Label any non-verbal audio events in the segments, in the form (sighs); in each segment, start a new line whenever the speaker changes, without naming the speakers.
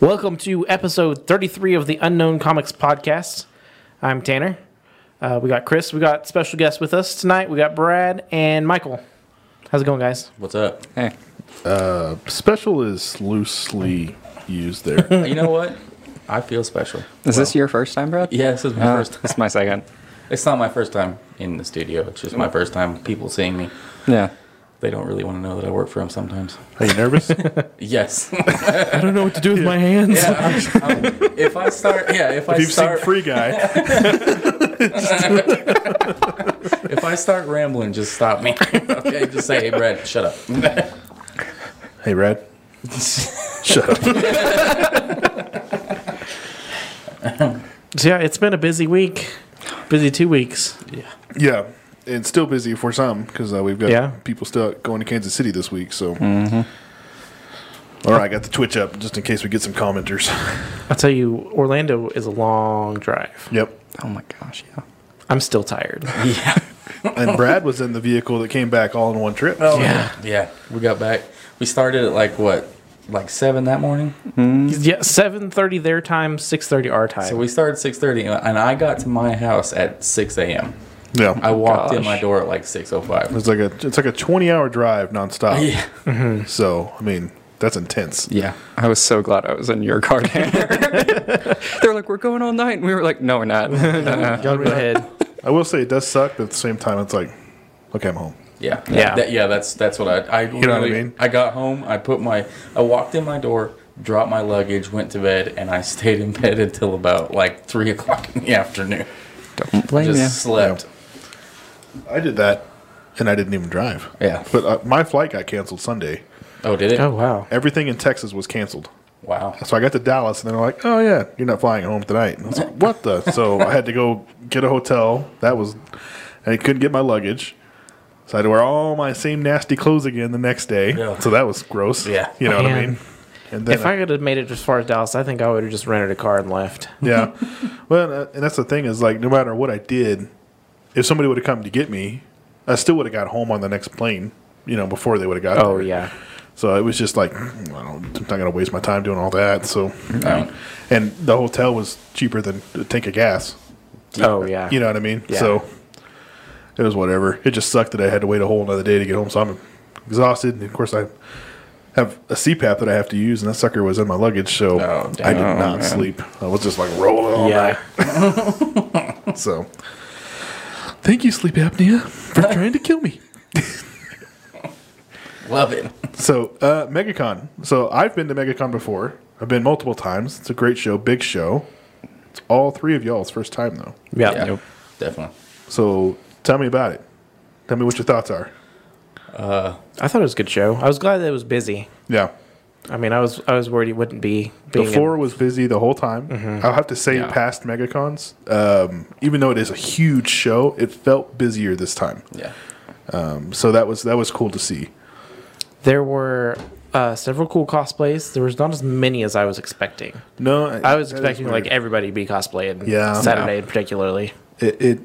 Welcome to episode 33 of the Unknown Comics Podcast. I'm Tanner. Uh, we got Chris. We got special guests with us tonight. We got Brad and Michael. How's it going, guys?
What's up?
Hey,
Special is loosely used
(laughs)
there.
you know what? I feel special.
is this your first time, Brad?
Yeah, this is my
Uh,
first. Time.
This is my second.
It's not my first time in the studio. It's just my first time people seeing me.
(laughs) Yeah.
They don't really want to know that I work for them sometimes.
Are
(laughs)
you nervous?
Yes.
I don't know what to do with my hands.
Yeah, I'm- I'm- (laughs) if I start, yeah, if, I
You've seen
start, (laughs)
Free Guy.
if I start rambling, just stop (laughs) me. okay, just say, hey, Brad, shut (laughs) up.
Hey,
(laughs)
Brad. Shut up.
So yeah, it's been a busy week. Busy two weeks.
Yeah. And still busy for some because uh, we've got
Yeah.
people still out going to Kansas City this week. So,
Mm-hmm.
All right, I got the Twitch up just in case we get
(laughs)
some commenters.
I'll tell you, Orlando is a long drive.
yep.
Oh my gosh. Yeah.
I'm still tired.
And Brad was in the vehicle that came back all in one trip.
Oh.
Yeah.
yeah. We got back. We started at like what, like seven that morning.
Yeah, 7.30 their time, 6.30 our time.
So we started six thirty, and I got to my house at six a.m.
Yeah.
I walked in
Gosh.
my door at like six o five.
it's like a it's like a 20 hour drive nonstop.
Yeah.
So, I mean, that's intense.
Yeah.
I was so glad I was in your car, (laughs) Tanner. They're like, we're going all night. And we were like, no, we're (laughs) not.
Y'all go ahead.
I will say it does suck, but at the same time, it's like, okay, I'm home.
Yeah,
Yeah.
That- yeah. That's that's what I. I you
know what I mean?
I got home. I put my. I walked in my door, dropped my luggage, went to bed, and I (laughs) stayed in bed until about like three o'clock in the afternoon.
Don't blame
Just
you.
slept.
I did that, and I didn't even drive.
Yeah.
But uh, my flight got canceled Sunday.
Oh, did it?
Oh, wow.
Everything in Texas was canceled.
Wow.
So I got to Dallas, and they're like, "Oh yeah, you're not flying home tonight." And I was like, "What the?" so I had to go get a hotel. That was, and I couldn't get my luggage, so I had to wear all my same nasty clothes again the next day.
Yeah.
So that was gross.
Yeah.
You know what I
Man.
mean? And then
If I could have made it as far as Dallas, I think I would have just rented a car and left.
yeah. Well, uh, and that's the thing is like, no matter what I did, if somebody would have come to get me, I still would have got home on the next plane. You know, before they would have got.
Oh,
there.
yeah.
So it was just like, "Mm, I don't, I'm not going to waste my time doing all that. So, um,
No.
and the hotel was cheaper than a tank of gas.
Oh, yeah.
You know what I mean?
Yeah.
So it was whatever. It just sucked that I had to wait a whole another day to get home. So I'm exhausted. And of course, I have a CPAP that I have to use, and that sucker was in my luggage. So
Oh,
I
damn.
did not sleep. I was just like rolling all
yeah.
night. So thank you, sleep
(laughs)
apnea, for trying to kill me.
Love it.
So, uh, MegaCon. So, I've been to MegaCon before. I've been multiple times. It's a great show, big show. It's all three of y'all's first time, though.
Yeah.
Yeah. Definitely.
So, tell me about it. Tell me what your thoughts are.
I thought it was a good show. I was glad that it was busy.
Yeah.
I mean, I was I was worried it wouldn't be. Being Mm-hmm.
The floor was busy the whole time. I'll have to say,
Yeah.
past MegaCons, um, even though it is a huge show, it felt busier this time.
Yeah.
So that was that was cool to see.
there were uh, several cool cosplays. There was not as many as I was expecting.
No,
I was
that is
expecting
weird.
like everybody to be cosplaying.
Yeah.
Saturday particularly.
it, it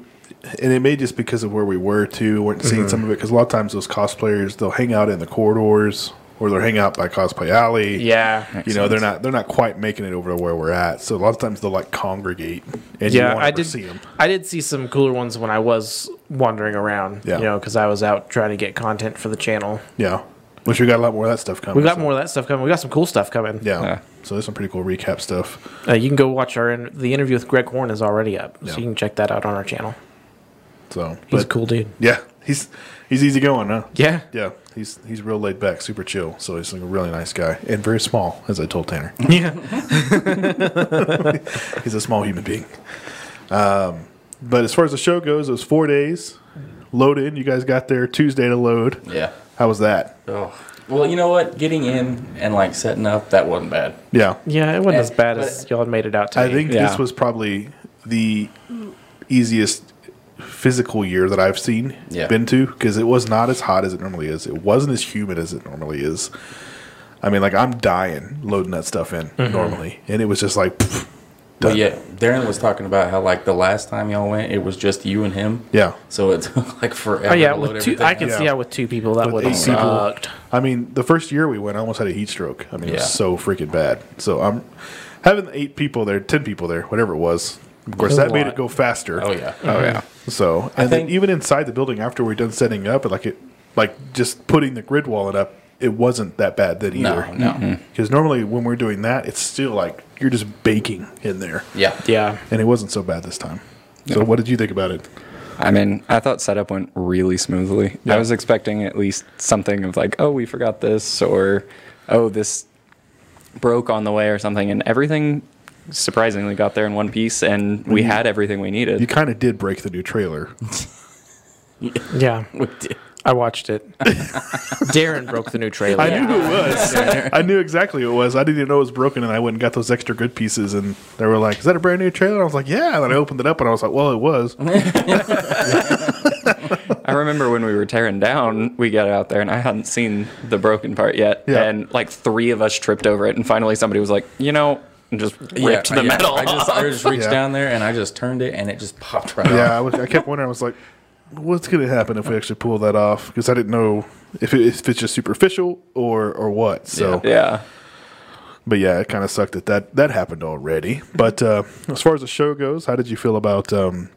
and it may just because of where we were too we weren't seeing some of it because a lot of times those cosplayers they'll hang out in the corridors or they'll hang out by cosplay alley
Yeah.
you know they're not they're not quite making it over to where we're at so a lot of times they'll like congregate and you
Yeah,
won't
I
ever
did.
see them
I did see some cooler ones when I was wandering around.
Yeah.
You know, because I was out trying to get content for the channel.
yeah which we got a lot more of that stuff coming
We got
so-
more of that stuff coming. We got some cool stuff coming.
yeah
Yeah.
so there's some pretty cool recap stuff
Uh, you can go watch our in- the interview with Greg Horn is already up,
Yeah.
so you can check that out on our channel.
so
He's
but,
a cool dude.
yeah he's he's easy going huh
Yeah.
yeah he's he's real laid back super chill so he's like a really nice guy and very small as i told tanner
Yeah.
(laughs) He's a small human being. Um, but as far as the show goes, it was four days. Load in. You guys got there Tuesday to load.
Yeah.
How was that?
Oh. Well, you know what? Getting in and like setting up that wasn't bad.
Yeah.
Yeah, it wasn't as
And-
bad as
but-
y'all had made it out to
I
be.
think
Yeah.
this was probably the easiest physical year that I've seen
Yeah.
been to because it was not as hot as it normally is. It wasn't as humid as it normally is.
Mm-hmm.
I mean, like I'm dying loading that stuff in normally, and it was just like, pff, done.
But yeah, Darren was talking about how like the last time y'all went, it was just you and him.
Yeah.
So it took like forever.
Oh yeah,
to load
with two,
everything
I can
up.
up.
see how with two people that
With
would
eight
have
people.
sucked.
I mean, the first year we went, I almost had a heat stroke. I mean, it
Yeah.
was so freaking bad. So I'm having eight people there, ten people there, whatever it was. Of course,
That's a
that made
lot.
it go (laughs) faster.
Oh yeah.
Oh yeah.
So,
think-
and then even inside the building after we're done setting up, like it, like just putting the grid wallet up, it wasn't that bad then
No,
either.
no. Mm-hmm.
Because normally when we're doing that, it's still like you're just baking in there,
Yeah.
Yeah,
and it wasn't so bad this time. So, what did you think about it?
I mean, I thought setup went really smoothly.
Yeah.
I was expecting at least something of like, oh, we forgot this, or oh, this broke on the way, or something. And everything surprisingly got there in one piece, and we had everything we needed.
You kind of did break the new trailer.
yeah.
We did.
I watched
(laughs)
it. Darren broke the new trailer.
I knew who
(laughs)
it was. (laughs) I knew exactly who it was. I didn't even know it was broken, and I went and got those extra good pieces, and they were like, "Is that a brand new trailer?" I was like, "Yeah." And then I opened it up, and I was like, "Well, it was."
I remember when we were tearing down, we got out there, and I hadn't seen the broken part yet,
Yeah.
and like three of us tripped over it, and finally somebody was like, you know, and just ripped
yeah, yeah.
the
(laughs)
metal.
I just, I just reached
(laughs) Yeah.
down there and I just turned it and it just popped right
Yeah,
out.
I, was, I kept wondering. I was like, "What's going to happen if we actually pull that off?" Because I didn't know if, it, if it's just superficial or or what. So,
yeah.
but yeah, it kind of sucked that that that happened already. But uh, as far as the show goes, how did you feel about um,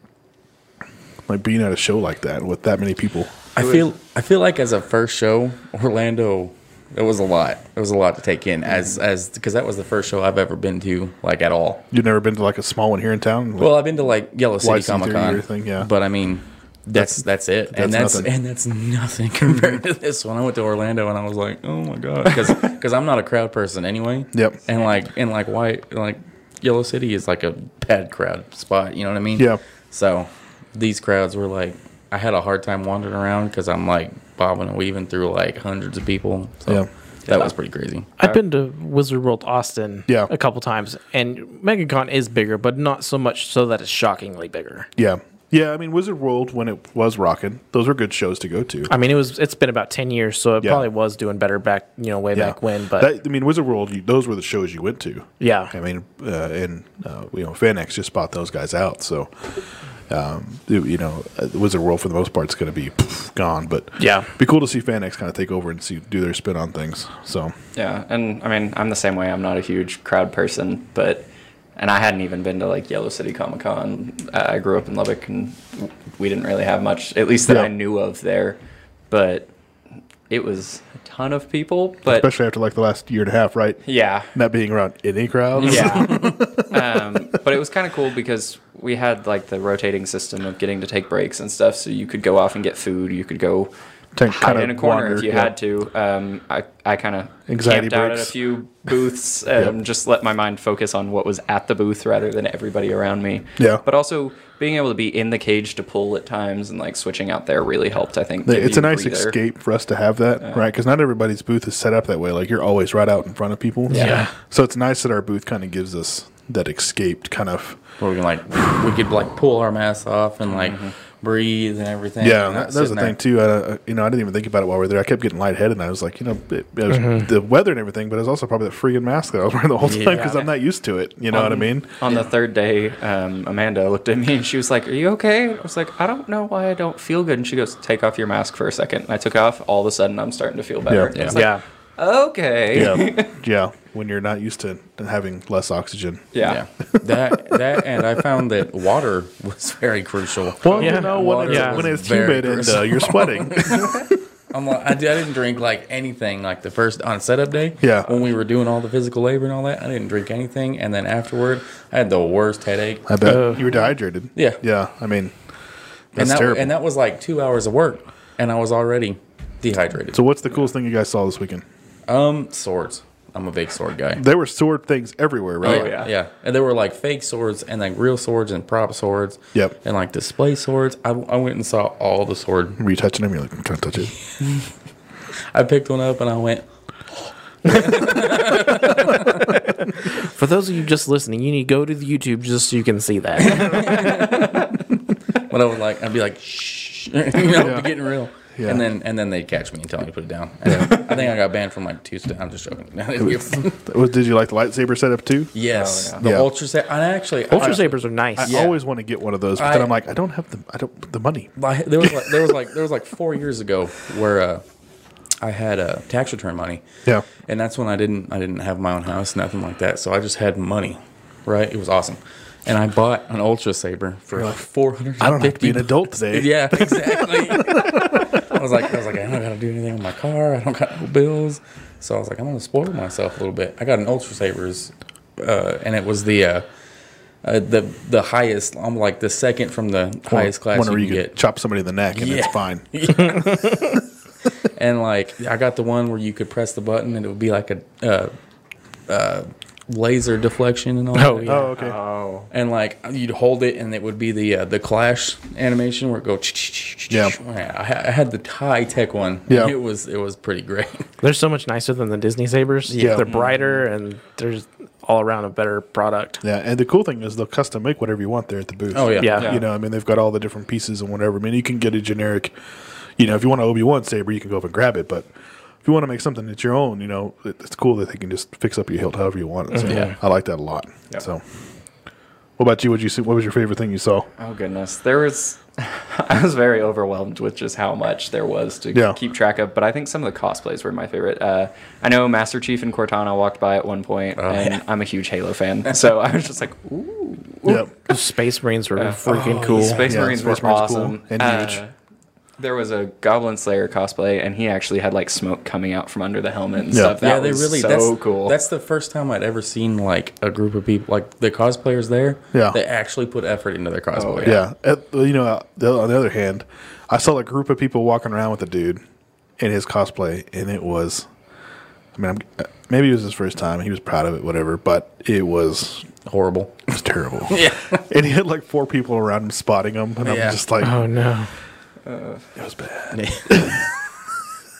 like being at a show like that with that many people?
I feel I feel like as a first show, Orlando, it was a lot. It was a lot to take in as as because that was the first show I've ever been to like at all.
You've never been to like a small one here in town? Like,
Well, I've been to like Yellow City
YC
Comic
theory or
Con,
thing, yeah.
But I mean, that's that's it, and
that's
that's
nothing.
and that's nothing (laughs) compared to this one. I went to Orlando and I was like, oh my god,
(laughs)
because I'm not a crowd person anyway.
Yep.
And like and like why like Yellow City is like a bad crowd spot. You know what I mean?
Yeah.
So these crowds were like, I had a hard time wandering around because I'm like bobbing and weaving through like hundreds of people. So
Yeah.
that was pretty crazy.
I've been to Wizard World Austin
Yeah.
a couple times, and MegaCon is bigger, but not so much so that it's shockingly bigger.
yeah, yeah. I mean, Wizard World when it was rocking, those were good shows to go to.
I mean, it was it's been about ten years, so it
Yeah.
probably was doing better back you know way back when. But
That- I mean, Wizard World, you, those were the shows you went to.
Yeah.
I mean, uh, and uh, you know, Fanex just bought those guys out, so um, you you know, uh, Wizard World for the most part is going to be pff, gone. But
Yeah.
be cool to see Fanex kind of take over and see do their spin on things. So
Yeah, and I mean, I'm the same way. I'm not a huge crowd person, but and I hadn't even been to like Yellow City Comic Con. Uh, I I grew up in Lubbock, and we didn't really have much, at least that
Yeah.
I knew of there. But it was a ton of people. But
especially after like the last year and a half, right?
yeah,
Not being around any crowds. (laughs)
yeah. um, but it was kind of cool because we had like the rotating system of getting to take breaks and stuff. So you could go off and get food. You could go
To
hide
kinda
in a corner
wander,
if you
yeah.
had to. Um, I, I kind of
Anxiety
camped out at a
breaks.
few
(laughs)
booths and just let my mind focus on what was at the booth rather than everybody around me.
Yeah.
But also being able to be in the cage to pull at times and like switching out there really helped. I think give
It's
you
a nice
breather.
escape for us to have that, right? 'Cause right? Because not everybody's booth is set up that way. Like you're always right out in front of people.
Yeah.
So it's nice that our booth kind of gives us that escaped kind of
Where we can like we could like pull our masks off and like breathe and everything.
Mm-hmm. Yeah,
and
that,
not
that was
sitting
the
there.
thing too. Uh, you know, I didn't even think about it while we were there. I kept getting lightheaded, and I was like, you know, it, it was
Mm-hmm.
the weather and everything, but it was also probably that freaking mask that I was wearing the whole time because I'm not used to it. You know what
(laughs)
I mean?
On the third day, um, Amanda looked at me and she was like, "Are you okay?" I was like, "I don't know why I don't feel good." And she goes, "Take off your mask for a second. And I took off. All of a sudden, I'm starting to feel better.
Yeah.
I was like,
yeah,
Okay.
Yeah, yeah. When you're not used to having less oxygen.
(laughs) Yeah.
that that and I found that water was very crucial.
Well,
Yeah.
you know, when,
Water
it's,
Yeah.
when
was
it's
very
humid and uh,
crucial. (laughs)
you're sweating.
I'm like, I, di- I didn't drink like anything like the first on setup day.
Yeah.
When we were doing all the physical labor and all that, I didn't drink anything, and then afterward, I had the worst headache.
I bet you were dehydrated.
Uh. Yeah.
yeah. I mean,
and
that's
that
terrible.
and that was like two hours of work, and I was already dehydrated.
so, what's the coolest thing you guys saw this weekend?
um, swords. I'm a big sword guy.
There were sword things everywhere, right?
Oh, yeah,
yeah.
yeah. And there were like fake swords and like real swords and prop swords.
Yep.
And like display swords. I, I went and saw all the sword
Were you touching them? You're like, I'm trying to touch it.
I picked one up and I went,
for those of you just listening, you need to go to the YouTube just so you can see
(laughs)
that.
(laughs) when I was like, I'd be like, shh, you know, it'd be getting real.
Yeah.
And then and then they catch me and tell me to put it down. And I think I got banned from like two. St- I'm just joking. (laughs)
Was, did you like the lightsaber setup too?
yes,
yeah.
the
Yeah.
ultra set. And actually,
Ultra
I-
sabers are nice.
I
Yeah.
always want to get one of those, but then
I-
I'm like, I don't have the, I don't the money.
I- there was like, there was like there was like four years ago where uh, I had uh, tax return money.
Yeah.
and that's when I didn't I didn't have my own house, nothing like that. So I just had money, right? It was awesome, and I bought an Ultra Saber for like four hundred.
I don't have to be
(laughs)
an adult today.
Yeah, exactly. I was like, I was like, I don't gotta do anything with my car. I don't got no bills. So I was like, I'm gonna spoil myself a little bit. I got an Ultra Sabers, uh, and it was the uh, uh, the the highest. I'm like the second from the highest class
One
you
where
can
you could
get.
chop somebody in the neck and it's
Yeah.
fine.
and like I got the one where you could press the button and it would be like a uh, uh, laser deflection and all.
Oh,
that.
yeah.
Oh, okay.
Uh-huh. And like you'd hold it and it would be the uh, the clash animation where it go.
Yeah.
I ha- I had the high tech one.
Yeah.
It was it was pretty great. (laughs)
They're so much nicer than the Disney sabers.
Yeah.
They're brighter and there's all around a better product.
(laughs)
yeah, and the cool thing is they'll custom make whatever you want there at the booth.
Oh yeah.
Yeah.
You know, I mean, they've got all the different pieces and whatever. I mean, you can get a generic, you know, if you want an Obi Wan saber, you can go up and grab it. But if you want to make something that's your own, you know, it, it's cool that they can just fix up your hilt however you want it. So
Yeah.
I like that a lot. So, what about you? What you see? What was your favorite thing you saw?
Oh goodness, there was. (laughs) I was very overwhelmed with just how much there was to
Yeah.
keep track of, but I think some of the cosplays were my favorite. Uh, I know Master Chief and Cortana walked by at one point,
Oh,
and
yeah.
I'm a huge Halo fan, so I was just like, "Ooh,
Yep.
The Space Marines were freaking cool.
Oh, Space
Yeah,
Marines
Space
were
Marines cool
awesome
and
Uh,
huge.
There was a Goblin Slayer cosplay, and he actually had like smoke coming out from under the helmet and
Yeah.
stuff. That
yeah, they
was
really
so
that's
cool.
That's the first time I'd ever seen like a group of people like the cosplayers there.
Yeah. Oh,
They actually put effort into their cosplay.
Yeah. At- you know, uh, the- on the other hand, I saw a group of people walking around with a dude in his cosplay, and it was, I mean, I'm, uh, maybe it was his first time. He was proud of it, whatever, but it was,
Horrible.
it
(laughs)
was terrible.
(laughs) Yeah.
And he had like four people around him spotting him, and I'm
Yeah.
just like,
Oh no.
it was bad.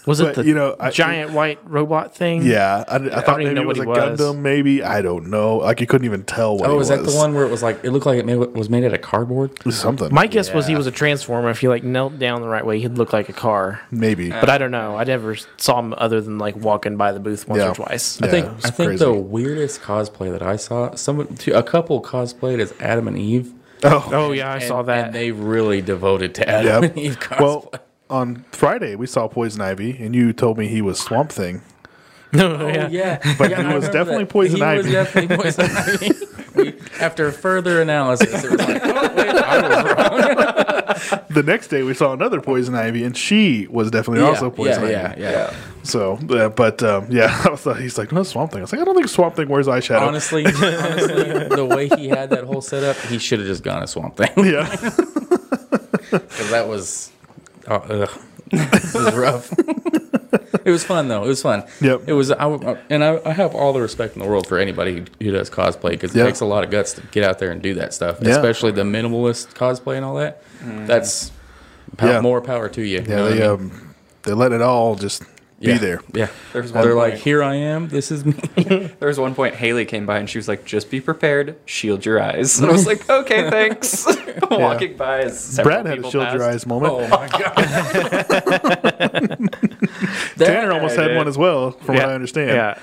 Was
But,
it the
you know, I-
giant white robot thing?
Yeah, I, I thought
even
maybe
know
it was a
what he was.
Gundam. Maybe I don't know. Like you couldn't even tell what.
Oh,
it
was that the one where it was like it looked like it made, was made out of cardboard?
It was something.
My guess was he
Yeah.
was a transformer. If you like knelt down the right way, he'd look like a car.
maybe.
Uh,
But I don't know. I never saw him other than like walking by the booth once
Yeah.
or twice.
Yeah.
I think
it was
I think
crazy.
the weirdest cosplay that I saw some two- a couple cosplayed as Adam and Eve.
oh,
Oh yeah, I
and-
saw that.
And
(laughs)
they really devoted to Adam (laughs)
yeah.
and Eve cosplay.
well, on Friday we saw Poison Ivy, and you told me he was Swamp Thing.
no,
Oh,
yeah.
(laughs)
But
he was definitely Poison
he
Ivy.
was definitely
(laughs)
poison ivy. We- After further analysis, it was like, oh, wait, I was wrong.
The next day we saw another Poison Ivy, and she was definitely also Poison
yeah,
Ivy.
yeah, yeah,
yeah.
So, uh, but um, yeah, (laughs) I was like, he's like, no Swamp Thing. I was like, I don't think Swamp Thing wears eyeshadow.
Honestly, honestly, the way he had that whole setup, he should have just gone to Swamp Thing
(laughs) Yeah,
because that was, oh, (laughs) ugh. it was rough. it was fun though. It was fun.
Yep.
It was. I, w- and I, I have all the respect in the world for anybody who, who does cosplay because it
Yeah.
takes a lot of guts to get out there and do that stuff,
Yeah.
especially the minimalist cosplay and all that. That's pow-
Yeah.
more power to you. you
yeah.
know what I (laughs)
They
mean?
um, they let it all just
Yeah.
be there.
Yeah.
There's one
They're
point-
like, here I am. This is me. (laughs)
There was one point Haley came by and she was like, "Just be prepared, shield your eyes." And I was like,
(laughs)
"Okay, thanks." (laughs) Walking by, as several
Brad had a
people
shield your
passed.
eyes moment.
my god.
Tanner almost had
did.
one as well, from
yeah.
what I understand.
Yeah.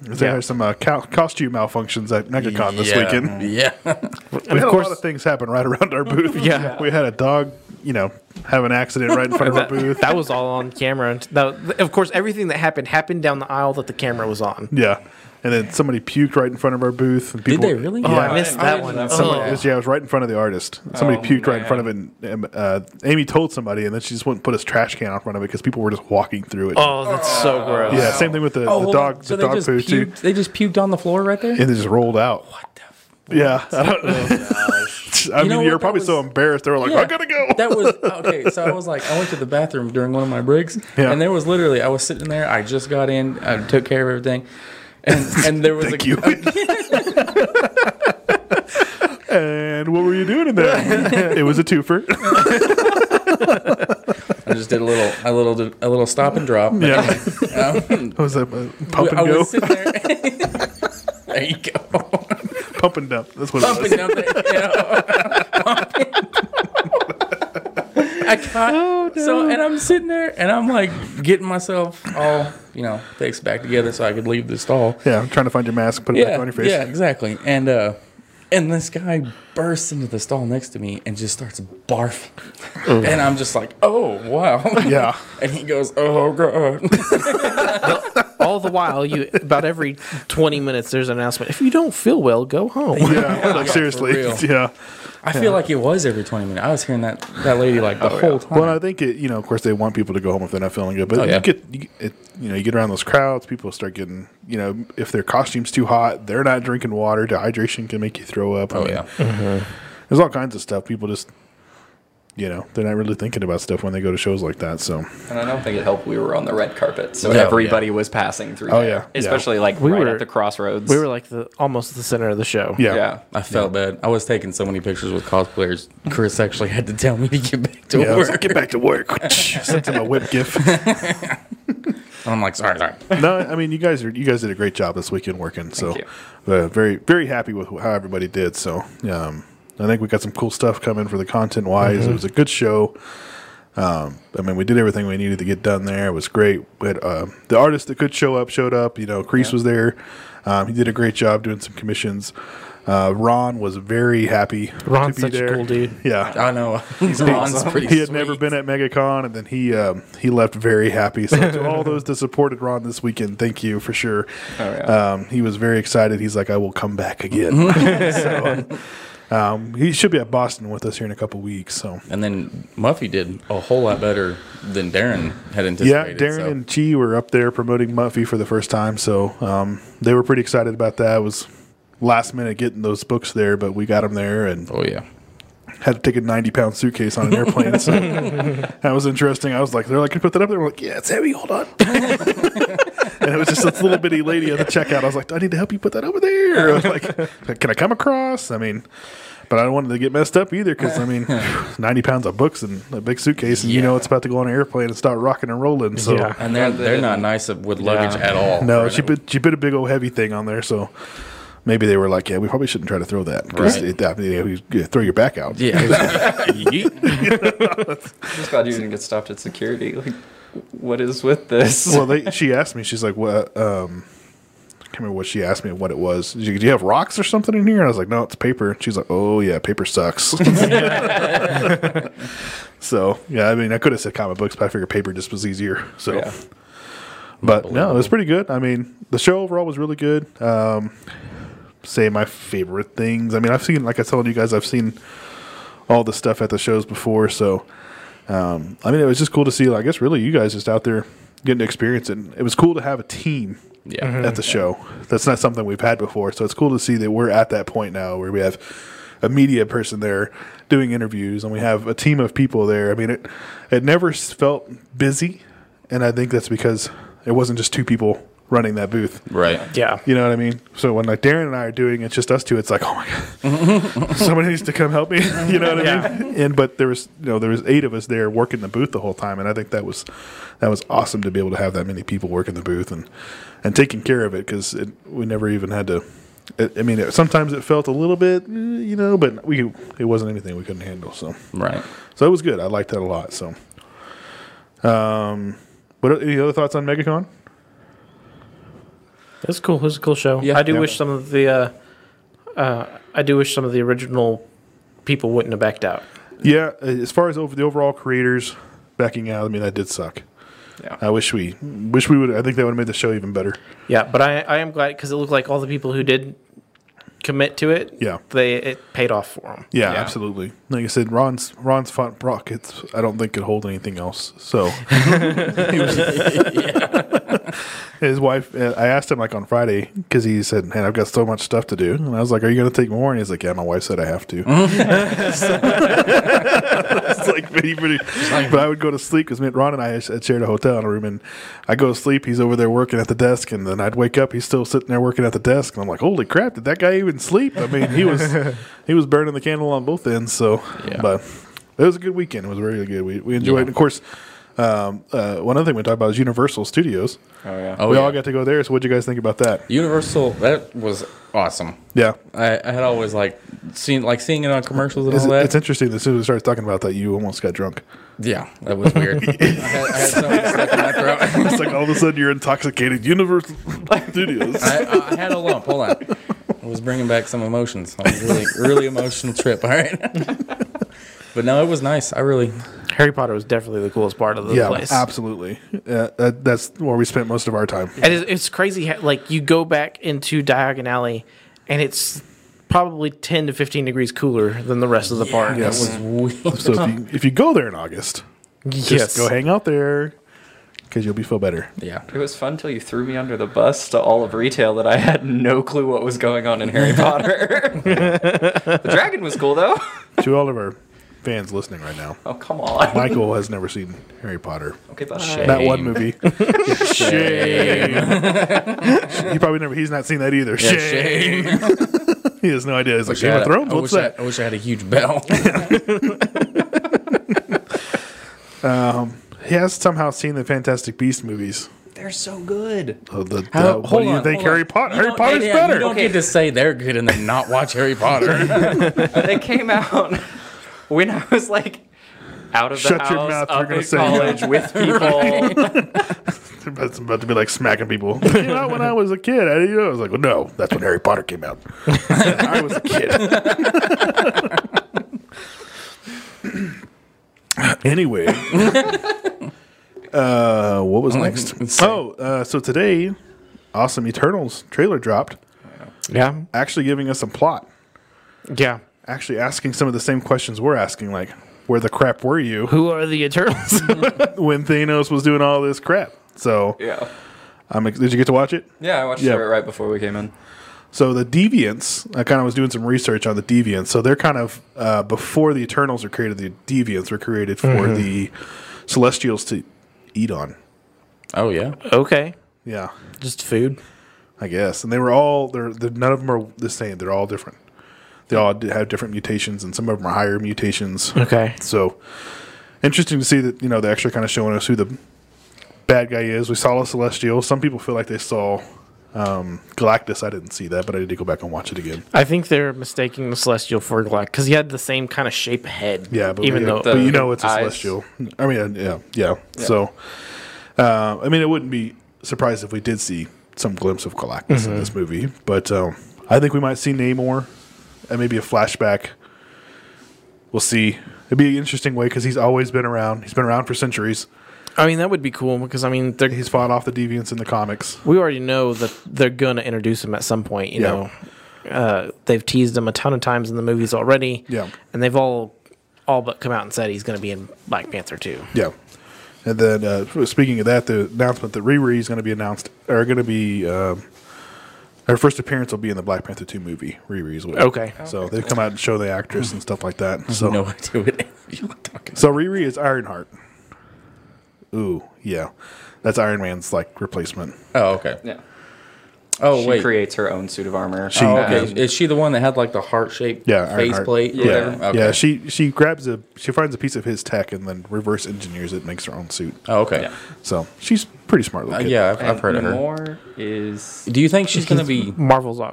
There
Yeah.
are some uh, co- costume malfunctions at (laughs) MegaCon this
yeah. (laughs)
weekend.
Yeah.
We
(laughs) And
had
of
a lot
course
of things happen right around our
(laughs)
booth.
Yeah.
we had a dog, you know, have an accident right in front of our
(laughs) that,
booth.
that was all on camera. And that, of course, everything that happened happened down the aisle that the camera was on.
yeah, and then somebody puked right in front of our booth. And people,
Did they really?
Oh,
Yeah.
I missed
I
that
didn't
one.
know that
Oh.
Somebody, it was- yeah, it was right in front of the artist. Somebody
Oh,
puked right in
man.
front of it. And, um, uh, Amy told somebody, and then she just went and put a trash can out front of it because people were just walking through it.
Oh, that's so gross.
yeah, same thing with
Oh,
the, the dog, the dog poo too.
They just puked on the floor right there.
And they just rolled out. What the? Yeah, (laughs) I don't (laughs) I
Oh, know
mean,
what?
you're
That
probably so
was-
embarrassed. They were like,
Yeah.
"I gotta go."
That was okay. So I was like, I went to the bathroom during one of my breaks,
Yeah.
and there was literally I was sitting there. I just got in. I took care of everything, and and there was
(laughs) Thank
a
you. and what were you doing in there? (laughs) it was a twofer.
I just did a little a little a little stop and drop. But
Yeah.
anyway, um,
It (laughs) was a, a pump and
I
go,
was sitting there. (laughs) there you go.
(laughs)
(laughs)
pump and dump. That's what it was.
Pumping (laughs) dump it, you know. I, caught,
Oh,
So and I'm sitting there and I'm like getting myself all you know fixed back together so I could leave the stall.
Yeah, I'm trying to find your mask, put it
yeah,
back on your face.
Yeah, exactly. And uh and this guy bursts into the stall next to me and just starts barfing. And I'm just like, oh wow.
Yeah.
(laughs) and he goes, oh god.
All the while, you about every 20 minutes, there's an announcement. If you don't feel well, go home.
(laughs)
Yeah, like
for
seriously.
real.
(laughs) Yeah.
I feel like it was every 20 minutes. I was hearing that that lady like the whole time.
Oh, Well, I think it, you know, of course, they want people to go home if they're not feeling good. But
Oh, yeah.
you get, you, get- it, you know, you get around those crowds, people start getting, you know, if their costume's too hot, they're not drinking water. Dehydration can make you throw up. I
oh
mean,
yeah.
there's all kinds of stuff. People just, you know, they're not really thinking about stuff when they go to shows like that. So,
And I don't think it helped. We were on the red carpet, so
yeah.
everybody was passing through.
Oh,
there,
yeah, yeah.
especially like
We
right
were-
at the crossroads.
We were like the almost the center of the show.
yeah,
yeah.
I felt bad. I was taking so many pictures with cosplayers. Chris actually had to tell me to get back to
Yeah, I
work.
was like, get back to work. (laughs) Sent him a whip gift.
And I'm like, sorry, sorry.
(laughs) no, I mean, you guys are you guys did a great job this weekend working. So,
Thank
uh, very very happy with how everybody did. So, um, I think we got some cool stuff coming for the content wise.
Mm-hmm.
It was a good show. Um, I mean, we did everything we needed to get done there. It was great. We had, uh, the artist that could show up showed up. You know, Crease was there. Um, he did a great job doing some commissions. Uh, Ron was very happy
Ron's
to be
such a
there.
cool dude.
Yeah,
I know. He's Ron's pretty
he had
sweet.
never been at MegaCon, and then he um, he left very happy. So to
(laughs)
all those that supported Ron this weekend, thank you for sure.
Oh,
yeah.
um, he was very excited. He's like, I will come back again. (laughs) so,
Mm-hmm.
um, he should be at Boston with us here in a couple weeks. So
And then Muffy did a whole lot better than Darren had
yeah,
anticipated.
Darren
so.
and Chi were up there promoting Muffy for the first time, so um, they were pretty excited about that. It was last minute getting those books there, but we got them there and
oh yeah,
had to take a 90 pound suitcase on an
(laughs)
airplane. So that was interesting. I was like, they're like, can you put that up there? We're like, yeah, it's heavy.
(laughs)
Hold on. and it was just this little bitty lady at the checkout. I was like, I need to help you put that over there. I was like, can I come across? I mean, but I don't want it to get messed up either because, I
(laughs)
mean, 90 pounds of books and a big suitcase, and you know it's about to go on an airplane and start rocking and rolling. So.
Yeah.
and they're
they
they're not
didn't.
nice with luggage
Yeah.
at all.
No,
Right.
she put she put a big old heavy thing on there, so maybe they were like, "Yeah, we probably shouldn't try to throw that because
Right.
it, I mean, you know, you throw your back out." (laughs)
yeah. Yeet.
just glad you didn't get stopped at security. Like, what is with this?
well, they, she asked me. She's like, "What?" Um, I can't remember what she asked me. What it was? She's like, Do you have rocks or something in here? And I was like, "No, it's paper." And she's like, "Oh yeah, paper sucks." (laughs) so yeah, I mean, I could have said comic books, but I figured paper just was easier. So.
Yeah.
But no, it was pretty good. I mean, the show overall was really good. Um, say my favorite things. I mean, I've seen, like I told you guys, I've seen all the stuff at the shows before. So, um, I mean, it was just cool to see. I guess really, you guys just out there getting to experience it. And It was cool to have a team
Yeah.
at the show. That's not something we've had before. So it's cool to see that we're at that point now where we have a media person there doing interviews and we have a team of people there. I mean, it it never s- felt busy, and I think that's because it wasn't just two people running that booth.
Right.
Yeah.
You know what I mean? So when like Darren and I are doing it's just us two, it's like, oh my god, somebody needs to come help me. (laughs) you know what I mean? And but there was you know there was eight of us there working the booth the whole time, and I think that was that was awesome to be able to have that many people working the booth and and taking care of it because we never even had to. It, I mean, it, sometimes it felt a little bit, eh, you know, but we it wasn't anything we couldn't handle. So
Right.
so it was good. I liked that a lot. So, um, what are, any other thoughts on MegaCon?
It was cool. It was a cool show.
Yeah.
I do
Yeah.
wish some of the uh, uh, I do wish some of the original people wouldn't have backed out.
Yeah, uh, as far as over the overall creators backing out, I mean that did suck.
Yeah.
I wish we wish we would. I think that would have made the show even better.
Yeah, but I, I am glad because it looked like all the people who did commit to it,
Yeah.
they it paid off for them.
Yeah,
Yeah.
absolutely. Like I said, Ron's Ron's font Brock. It's I don't think could hold anything else. So (laughs) He was- his wife. uh, I asked him like on Friday because he said, "Man, I've got so much stuff to do," and I was like, "Are you going to take more?" And he's like, "Yeah, my wife said I have to." (laughs) it's like pretty, pretty. But I would go to sleep because Ron and I had shared a hotel in a room, and I go to sleep. He's over there working at the desk, and then I'd wake up. He's still sitting there working at the desk, and I'm like, "Holy crap! Did that guy even sleep?" I mean, he
(laughs)
was he was burning the candle on both ends. So,
Yeah.
but it was a good weekend. It was really good. We we enjoyed. it.
Yeah.
Of course, Um, uh, one other thing we talked about is Universal Studios.
Oh yeah.
Oh,
we
yeah.
all got to go there. So, what'd you guys think about that?
Universal. That was awesome.
Yeah,
I, I had always like seen like seeing it on commercials and
it's,
all that.
it's interesting. that As soon as we started talking about that, you almost
(laughs)
got drunk.
yeah, that was weird.
(laughs)
I had, I had something stuck in my throat. (laughs)
It's like all of a sudden you're intoxicated. Universal Studios.
I, I had a lump. Hold on. I was bringing back some emotions. I was really, really emotional trip. (laughs) All right. but no, it was nice. I really.
Harry Potter was definitely the coolest part of the
yeah,
place.
absolutely. Uh, that, that's where we spent most of our time.
And it's, it's crazy. How, like you go back into Diagon Alley, and it's probably ten to fifteen degrees cooler than the rest of the park.
Yes.
It was weird.
So if you, if you go there in August,
Yes.
just go hang out there because you'll be feel better.
Yeah.
It was fun till you threw me under the bus to all of retail that I had no clue what was going on in Harry
(laughs)
Potter. the dragon was cool though.
to all of our fans listening right now,
Oh come on.
Michael has never seen Harry Potter.
Okay, bye.
Shit.
That one movie. shame. you probably never. He's not seen that either.
Yeah,
shame.
shame.
He has no idea. He's like
I
Game
had
of
a-
Thrones.
I
What's
wish I-
that?
I wish I had a huge
(laughs)
bell. (laughs)
He has somehow seen the Fantastic Beast movies.
They're so good.
Oh, the, the,
How-
what
hold
do you
on,
think
hold on.
Harry Potter? Harry
don't-
Potter's
yeah,
better.
You don't get to say they're good and then not watch Harry
(laughs)
Potter.
they came out when I was like out of the
Shut
house,
your mouth, you're
up
gonna
at
say.
college with
(laughs)
people.
That's about to be like smacking people. (laughs) you know, when I was a kid, I, you know, I was like, well, no, that's when Harry Potter came out. I was a kid. (laughs) anyway, uh, what was next? Oh, uh, so today, awesome Eternals trailer dropped,
Yeah.
actually giving us some plot,
Yeah.
actually asking some of the same questions we're asking, like, where the crap were you
Who are the Eternals?
when Thanos was doing all this crap? So,
yeah.
I'm ex- did you get to watch it?
Yeah, I watched
Yeah.
it right before we came in.
So the deviants, I kind of was doing some research on the deviants. So they're kind of uh, before the Eternals are created. The deviants were created for the Celestials to eat on.
oh yeah.
(laughs) okay.
Yeah,
Just food.
I guess. And they were all they're, they're none of them are the same. They're all different. They all d- have different mutations, and some of them are higher mutations.
Okay.
So interesting to see that you know they're actually kind of showing us who the bad guy is. We saw a Celestial. Some people feel like they saw um, Galactus. I didn't see that, but I need to go back and watch it again.
I think they're mistaking the Celestial for Galactus because he had the same kind of shape head.
Yeah, but
even
we-
though
but you
the
know it's a
eyes-
celestial. I mean, uh, yeah, yeah. So, uh, I mean, it wouldn't be surprised if we did see some glimpse of Galactus in this movie, but um, I think we might see Namor and maybe a flashback. We'll see. It'd be an interesting way because he's always been around. He's been around for centuries.
I mean that would be cool because I mean they're,
He's fought off the deviants in the comics.
we already know that they're gonna introduce him at some point. You
Yeah.
know, uh, they've teased him a ton of times in the movies already.
Yeah.
and they've all all but come out and said he's gonna be in Black Panther too.
Yeah. And then uh, speaking of that, the announcement that Riri is going to be announced are going to be um, her first appearance will be in the Black Panther two movie. Riri is what.
Okay.
So they've come out and show the actress and stuff like that. So
Mm-hmm. No idea what
(laughs)
you were talking.
so Riri is Ironheart. Ooh, yeah, that's Iron Man's like replacement.
Oh okay.
Yeah.
Oh
she
wait.
creates her own suit of armor.
She-
Oh,
Uh,
okay. Is she the one that had like the heart shaped
Yeah,
face
Ironheart.
plate?
Yeah,
whatever? Okay.
yeah. She she grabs a she finds a piece of his tech and then reverse engineers it, makes her own suit.
Oh, okay.
Yeah.
So she's pretty smart
Uh,
looking. kid.
yeah, I've, I've
and
heard of her.
Namor is
Do you think she's gonna
(laughs)
be?
Marvel's uh,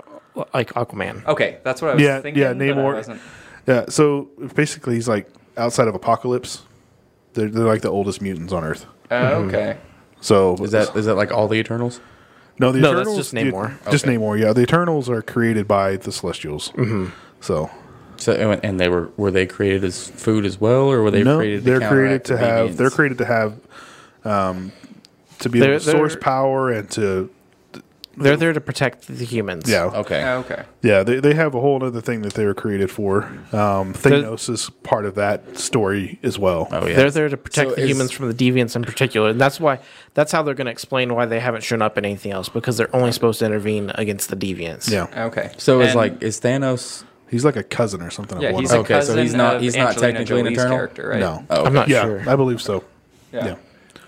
like Aquaman.
okay. That's what I was
Yeah,
thinking.
yeah,
but I
Namor-
wasn't-
Yeah, so basically, he's like outside of Apocalypse. They're, they're like the oldest mutants on Earth.
Oh,
Mm-hmm.
okay.
So
Is that is that like all the Eternals?
no? The
No, that's
Eternals,
just
the-
Namor.
just
Okay.
Namor. Yeah, the Eternals are created by the Celestials. Mm-hmm. So
So and- and they were were they created as food as well, or were they
no,
created?
they're created
counteract
to
the
have. They're
deviants?
created to have um, to be
They're-
able to source
they're-
power and to
They're there to protect the humans.
yeah
Okay.
Oh, okay.
yeah. They, they have a whole other thing that they were created for. Um, Thanos is part of that story as well.
Oh yeah.
They're there to protect
So
the
is-
humans from the deviants in particular, and that's why that's how they're going to explain why they haven't shown up in anything else because they're only supposed to intervene against the deviants.
Yeah,
Okay.
so it's
And-
like is Thanos?
he's like a cousin or something. of
yeah,
one
he's
of
a
them.
Okay, so
cousin
he's not-
of
he's not
Angelina
technically an
Jolie's
Eternal?
character, right?
no.
Oh,
I'm not
yeah,
sure.
I believe so.
Yeah.
yeah.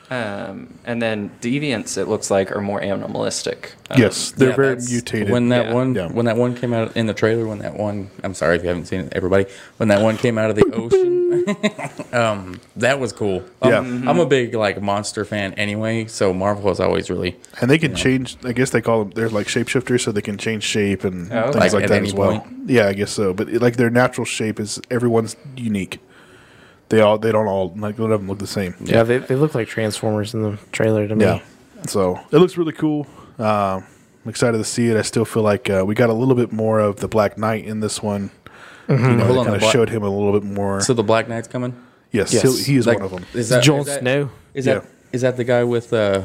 Um, and then deviants, it looks like, are more animalistic. Um,
Yes, they're
Uh, Yeah,
very
that's-
mutated.
When that
Yeah.
one,
Yeah.
when that one came out in the trailer, when that one, I'm sorry if you haven't seen it, everybody, when that one came out of the ocean, (laughs) um, That was cool. I'm,
Yeah.
I'm a big like monster fan anyway, so Marvel has always really
And they can change. I guess they call them. They're like shapeshifters, so they can change shape and
Oh,
things
okay.
like,
Like, at
that
any
as well. Yeah, I guess so. But it- like their natural shape is everyone's unique. They all they don't all like none of them look the same.
Yeah, they, they look like Transformers in the trailer to me.
Yeah. So it looks really cool. Um, I'm excited to see it. I still feel like uh, we got a little bit more of the Black Knight in this one.
Mm-hmm.
You know,
Hold on,
kind
the
of
Black-
showed him a little bit more.
So the Black Knight's coming.
yes,
Yes.
he'll- he is
Like,
one of them.
Is
It's Jon
is that-
Snow.
Is that is
Yeah.
that the guy with uh,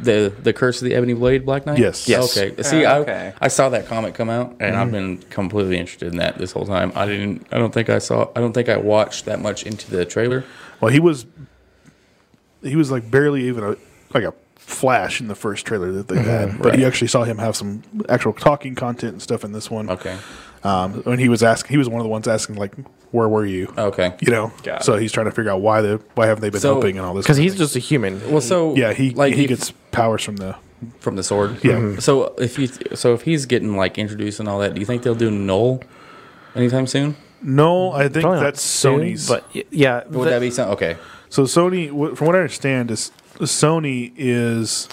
the the Curse of the Ebony Blade Black Knight?
Yes. Mm-hmm. Yes.
Okay. See,
Ah,
I
okay.
I saw that comic come out, and I've been completely interested in that this whole time. I didn't. I don't think I saw. I don't think I watched that much into the trailer.
Well, he was he was like barely even a like a flash in the first trailer that they
Mm-hmm.
had, but you
right.
actually saw him have some actual talking content and stuff in this one.
Okay.
Um, when he was asking, he was one of the ones asking like, "Where were you?"
Oh.
Okay.
You know.
Got
so he's trying to figure out why the why haven't they been
So-
helping and all this.
Because
kind
he's
of
just a human.
Well, so
thing. yeah, he
like
he,
if-
gets powers from the
from the sword.
Yeah. Mhm.
So if he so if he's getting like introduced and all that, do you think they'll do Null anytime soon?
no. I think
Probably not
that's
soon,
Sony's.
But y- yeah,
Would
the-
that be something? Okay.
So Sony, wh- from what I understand, is Sony is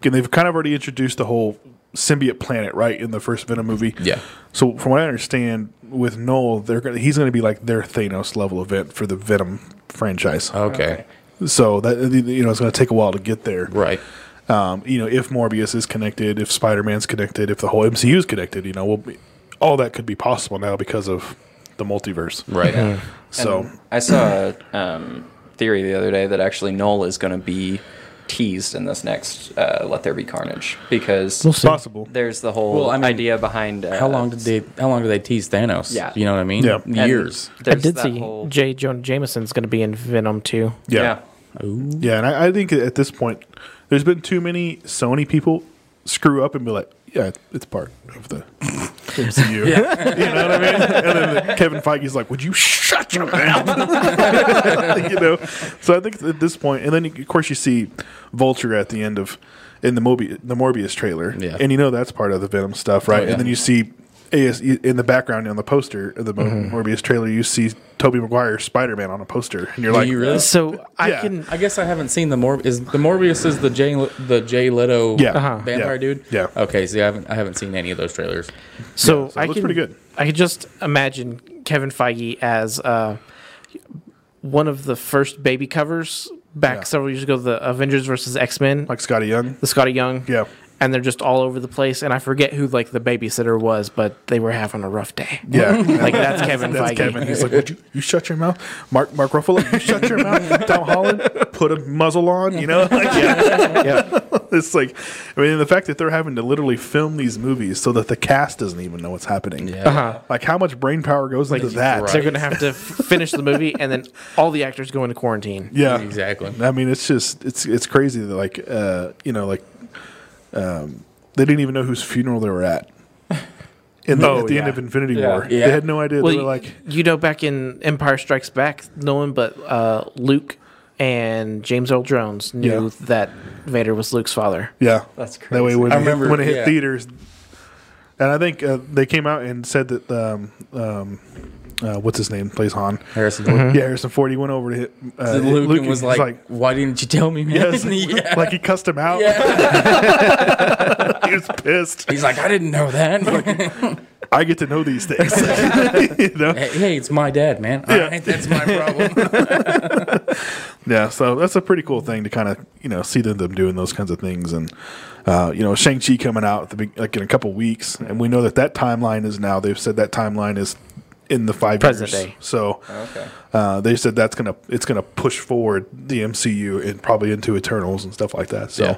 again they've kind of already introduced the whole symbiote planet right in the first Venom movie.
Yeah.
So from what I understand, with Noel, they're gonna, he's going to be like their Thanos level event for the Venom franchise.
Okay.
So that you know it's going to take a while to get there.
Right.
Um, you know, if Morbius is connected, if Spider Man's connected, if the whole MCU is connected, you know, we'll be, all that could be possible now because of the multiverse.
Right.
So
I saw a um, theory the other day that actually Noel is going to be teased in this next uh, Let There Be Carnage because
we'll see.
possible.
there's the whole
Well, I mean,
idea behind uh,
How long did they? How long did they tease Thanos?
Yeah.
You know what I mean?
Yeah.
and
Years.
I
there's
did
that
see
whole-
J. Jonah Jameson's going to be in Venom 2.
yeah.
Yeah, and I, I think at this point, there's been too many Sony people screw up and be like, yeah, it's part of the MCU. You know what I mean? And then Kevin Feige's like, would you shut your mouth? (laughs) you know? So I think at this point, and then of course you see Vulture at the end of in the Mobi the Morbius trailer,
Yeah.
and you know that's part of the Venom stuff,
Oh,
right?
yeah.
And then you see. AS, in the background on the poster of the Mo-
Mm-hmm.
Morbius trailer, you see Toby Maguire Spider Man on a poster, and you're
Do
like, uh,
you really?
So I
Yeah.
can.
I guess I haven't seen the Mor is the Morbius is the Jay the Jay Leto
Yeah. Uh-huh.
vampire
Yeah.
dude.
Yeah.
Okay, see, I haven't I haven't seen any of those trailers.
So,
so it
I
looks
can,
pretty good.
I could just imagine Kevin Feige as uh, one of the first baby covers back
Yeah.
several years ago, the Avengers versus X Men,
like Scotty Young.
the Scotty Young.
Yeah.
And they're just all over the place. And I forget who like the babysitter was, but they were having a rough day.
Yeah.
Like
(laughs)
that's Kevin
That's
Feige.
Kevin. He's like, Would you, you shut your mouth, Mark Mark Ruffalo. You shut your mouth, Tom Holland. Put a muzzle on. You know, like, (laughs) yeah. It's like, I mean, the fact that they're having to literally film these movies so that the cast doesn't even know what's happening.
Yeah.
Uh-huh.
Like, how much brain power goes into that?
They're
right.
going to have to f- finish the movie, and then all the actors go into quarantine.
Yeah,
Exactly.
I mean, it's just it's it's crazy that like uh, you know like um, they didn't even know whose funeral they were at. In the,
(laughs) Oh,
at the end
yeah.
of Infinity
Yeah.
War,
Yeah.
they had no idea.
Well,
they were
you-
like,
you know, back in Empire Strikes Back, no one but uh, Luke and James Earl Jones knew
Yeah.
that Vader was Luke's father.
Yeah,
That's
That way,
crazy.
when
I
it hit-
remember-
when it hit
yeah.
theaters, and I think uh, they came out and said that um, um, uh, what's his name plays Han.
Harrison
Yeah, Harrison Ford. He went over to hit Mm-hmm. uh,
Ford.
hit
Luke, and was
he's
like, "Why didn't you tell me?" Man? (laughs)
yes,
yeah.
(laughs) like he cussed him out.
Yeah.
(laughs) he was pissed.
He's like, "I didn't know that."
I get to know these things. (laughs) you know?
(laughs) hey, hey, it's my dad, man. All right, that's my (laughs) problem.
Yeah, so that's a pretty cool thing to kind of you know see them, them doing those kinds of things, and uh, you know Shang Chi coming out at the, big- like in a couple weeks, and we know that that timeline is now. They've said that timeline is in the five
Present
years.
day.
So
Oh.
Okay.
uh, they said that's gonna it's gonna push forward the MCU and probably into Eternals and stuff like that. So
Yeah.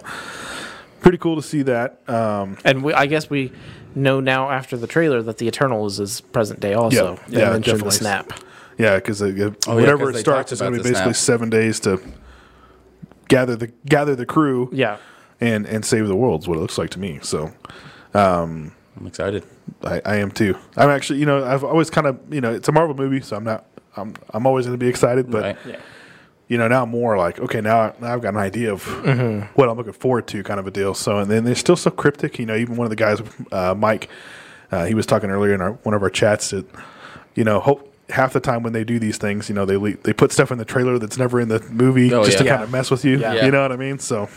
pretty cool to see that. Um,
And we, I guess we know now after the trailer that the Eternals is present day also.
Yeah.
and
Yeah,
mentioned
definitely.
the snap.
yeah, because
Oh, yeah,
whenever
'cause
it
they
starts,
talked
it's gonna
about
be
this
basically
now.
seven days to gather the gather the crew.
Yeah.
and and save the world is what it looks like to me. So
I'm excited.
I, I am too. I'm actually, you know, I've always kind of, you know, it's a Marvel movie, so I'm not, I'm, I'm always going to be excited, but
Right.
Yeah.
you know, now I'm more like, okay, now, I, now I've got an idea of what I'm looking forward to, kind of a deal. So, and then they're still so cryptic. You know, even one of the guys, uh, Mike, uh, he was talking earlier in our, one of our chats that, you know, hope half the time when they do these things, you know, they le- they put stuff in the trailer that's never in the movie
Oh,
just to
yeah.
kind of mess with you.
Yeah.
You know what I mean? So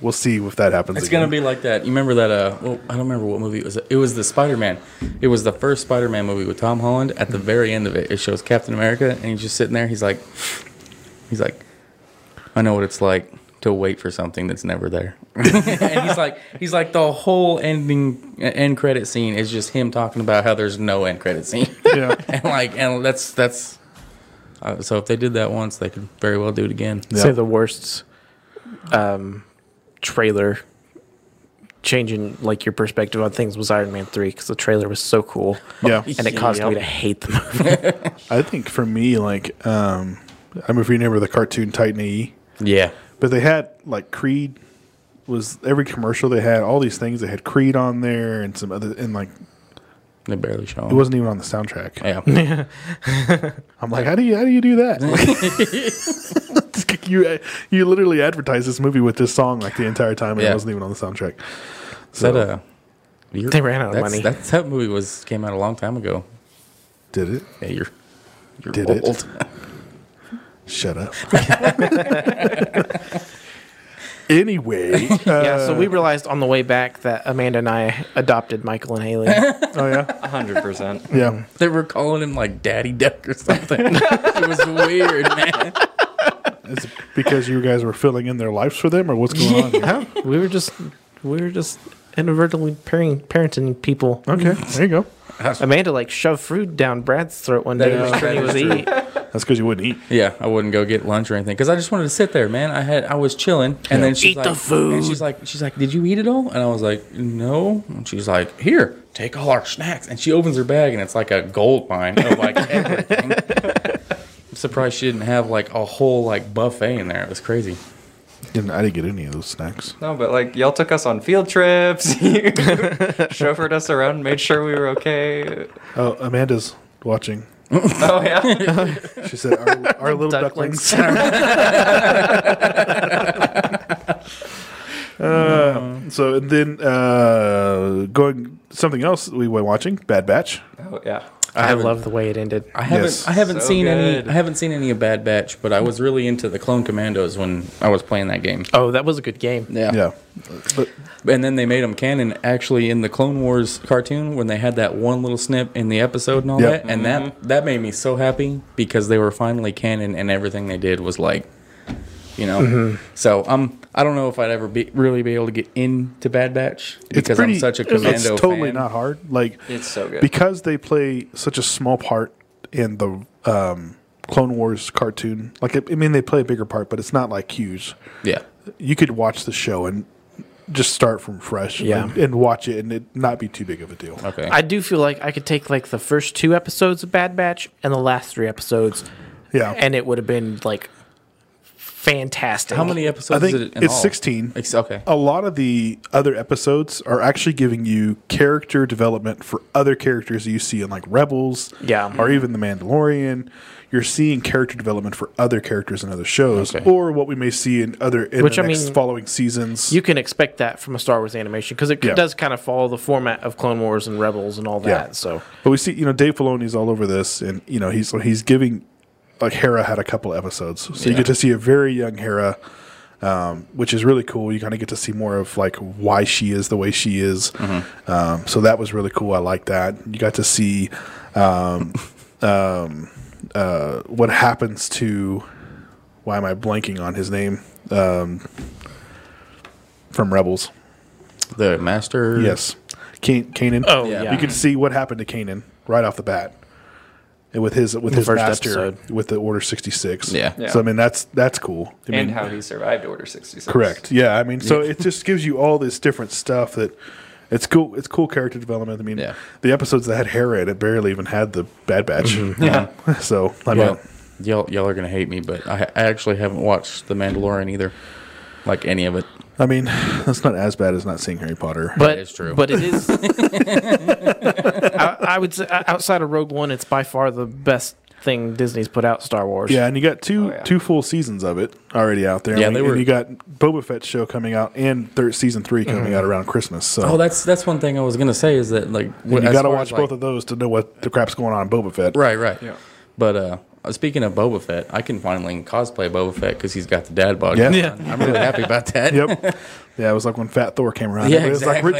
we'll see if that happens.
It's gonna
again.
be like that. You remember that? Uh, well, I don't remember what movie it was. It was the Spider Man. It was the first Spider Man movie with Tom Holland. At the very end of it, it shows Captain America, and he's just sitting there. He's like, he's like, I know what it's like to wait for something that's never there. (laughs) and he's like, he's like the whole ending e-, end credit scene is just him talking about how there's no end credit scene. (laughs)
yeah.
and like, and that's that's. Uh, so if they did that once, they could very well do it again.
Yeah.
say the worst um, trailer changing like your perspective on things was Iron Man 3 because the trailer was so cool
Yeah.
and it caused me
Yep.
to hate the (laughs) movie.
I think for me, like, um, I don't know if you remember the cartoon Titan E, AE,
Yeah.
but they had like Creed was every commercial they had all these things they had Creed on there and some other and like
They barely show
it
him.
wasn't even on the soundtrack.
Yeah.
I'm like, how do you how do you do that? (laughs) Like, you you literally advertised this movie with this song like the entire time and it
Yeah.
wasn't even on the soundtrack.
Is that a?
They ran out of
that's,
money.
That's, that movie was came out a long time ago.
Did it?
Yeah, you're you're
Did it?
old.
Shut up. (laughs) anyway,
(laughs) yeah,
uh,
so we realized on the way back that Amanda and I adopted Michael and Haley.
(laughs)
oh yeah,
hundred percent.
yeah.
They were calling him like Daddy Duck or something. (laughs) it was weird, man.
It's because you guys were filling in their lives for them, or what's
(laughs)
going on? Here?
Huh? we were just we were just inadvertently pairing, parenting people.
Okay, there you go.
Amanda like shoved food down Brad's throat one day
That is-
when he
that
was
is true.
eating.
That's because you wouldn't eat.
Yeah, I wouldn't go get lunch or anything because I just wanted to sit there, man. I had I was chilling, and then she's
Eat
like,
the food.
And she's like, she's like, did you eat it all? And I was like, no. And she's like, here, take all our snacks. And she opens her bag, and it's like a gold mine
(laughs)
of like everything. I'm surprised she didn't have like a whole like buffet in there. It was crazy.
Didn't I didn't get any of those snacks.
No, but like y'all took us on field
(laughs)
trips, (laughs) you chauffeured us around, made sure we were okay.
Oh, Amanda's watching.
Oh yeah,
She said, "Our, our little ducklings." (laughs) Uh, so and then uh, going something else we were watching Bad Batch.
oh yeah.
I
haven't-
love the way it ended.
I haven't
Yes.
I haven't
So
seen
good.
any I haven't seen any of Bad Batch, but I was really into the Clone Commandos when I was playing that game.
Oh, that was a good game.
Yeah, but
And then they made them canon actually in the Clone Wars cartoon when they had that one little snip in the episode and all
Yep.
that. And that that made me so happy because they were finally canon and everything they did was like you know.
Mm-hmm.
So I'm I don't know if I'd ever be really be able to get into Bad Batch because I'm such a commando
It's totally
fan.
not hard. Like
It's so good.
because they play such a small part in the um, Clone Wars cartoon. Like I I mean, they play a bigger part, but it's not like huge.
Yeah.
You could watch the show and just start from fresh.
Yeah.
and, and watch it, and it not be too big of a deal.
Okay.
I do feel like I could take like the first two episodes of Bad Batch and the last three episodes,
Yeah,
and it would have been like fantastic.
How many
I
episodes
think
is it in
it's
all?
sixteen. Oh.
Ex- Okay.
a lot of the other episodes are actually giving you character development for other characters that you see in like Rebels,
Yeah.
or even The Mandalorian. You're seeing character development for other characters in other shows,
Okay.
or what we may see in other in
Which,
the
I
next
mean,
following seasons.
You can expect that from a Star Wars animation because it c-
Yeah.
does kind of follow the format of Clone Wars and Rebels and all that.
Yeah.
So
but we see, you know, Dave Filoni's all over this, and you know he's he's giving like Hera had a couple episodes, so you
Yeah.
get to see a very young Hera. Um, which is really cool. You kind of get to see more of like why she is the way she is. Um, so that was really cool. I like that. You got to see um, (laughs) um, uh, what happens to. Why am I blanking on his name? Um, from Rebels,
The Master
yes, Can- Kanan.
oh yeah,
Yeah. You
You could see what happened to Kanan right off the bat. And with his with his
first
master
episode.
with the Order sixty six.
Yeah.
Yeah.
So I mean that's that's cool. I
And
mean,
how he survived Order sixty six.
correct. Yeah. I mean so it just gives you all this different stuff that it's cool it's cool character development. I mean
Yeah.
the episodes that had Hera in it barely even had the Bad Batch.
Mm-hmm.
Yeah. (laughs) so I mean
Well, y'all, y'all are gonna hate me, but I, I actually haven't watched The Mandalorian either, like any of it.
I mean (sighs) that's not as bad as not seeing Harry Potter.
but
is true.
But it
(laughs)
is. I, I would say o- outside of Rogue One, it's by far the best thing Disney's put out. Star Wars.
yeah, and you got two
Oh, yeah.
two full seasons of it already out there.
Yeah,
and,
they
we- and
were-
you got Boba Fett's show coming out and third season three
Mm-hmm.
coming out around Christmas. So
Oh, that's that's one thing I was gonna say is that like
And you got to watch both of those to know what the crap's going on in Boba Fett.
Right, right.
Yeah.
But uh, speaking of Boba Fett, I can finally cosplay Boba Fett because he's got the dad bod.
Yeah.
going
Yeah.
on. I'm really happy about that.
(laughs) Yep. Yeah, it was like when Fat Thor came around.
Yeah,
it was
exactly.
like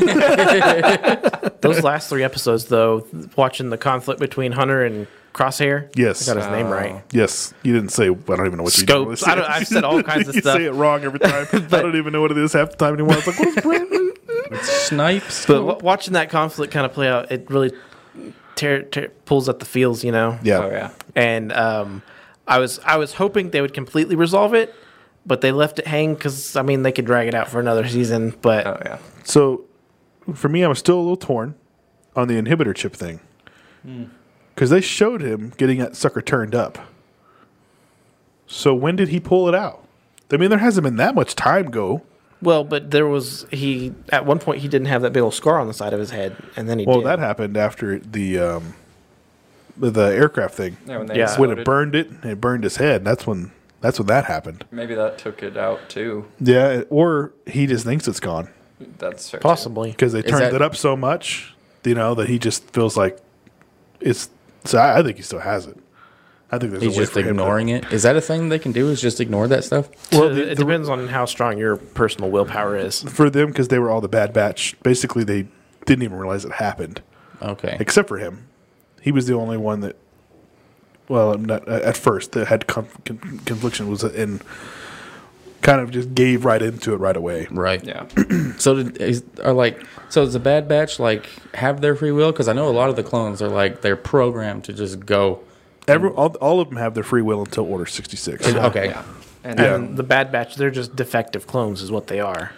(laughs)
(laughs)
Those last three episodes, though, watching the conflict between Hunter and Crosshair.
Yes.
I got his name
Oh.
right.
yes, you didn't say. I don't even know what you
Scopes.
did.
I don't- I've said all kinds of
(laughs) you
stuff.
say it wrong
(laughs)
every time. I don't even know what it is half the time anymore. It's like what is (laughs) Brandon?
Snipes.
But w- watching that conflict kind of play out, it really tear, tear, pulls at the feels, you know.
Yeah.
Oh yeah.
And um, I was I was hoping they would completely resolve it, but they left it hang because I mean they could drag it out for another season. But
Uh,
Oh yeah.
So, for me, I'm still a little torn on the inhibitor chip thing because they showed him getting that sucker turned up. So when did he pull it out? I mean, there hasn't been that much time go.
well, but there was he at one point he didn't have that big old scar on the side of his head, and then he
Well,
did.
that happened after the um, the, the aircraft thing.
Yeah. When they
Yeah.
That's when it
exploded.
burned it, and it burned his head. That's when that's when that happened.
Maybe that took it out too.
Yeah, or he just thinks it's gone
That's fair, too.
possibly.
because they turned
that-
it up so much, you know, that he just feels like it's. So I, I think he still has it. I think there's
He's
a way
just
for him to-
ignoring it. Is that a thing they can do? Is just ignore that stuff?
Well,
the-
it
the-
depends on how strong your personal willpower is.
for them because they were all the bad batch. Basically, they didn't even realize it happened,
Okay.
except for him. He was the only one that, well, not at first that had conf- con- confliction was in. Kind of just gave right into it right away.
Right.
Yeah.
So did, is, are like so is the Bad Batch like have their free will? Because I know a lot of the clones are like they're programmed to just go.
Every all, all of them have their free will until Order sixty six.
Okay.
Yeah. And
Yeah.
And the Bad Batch, they're just defective clones, is what they are.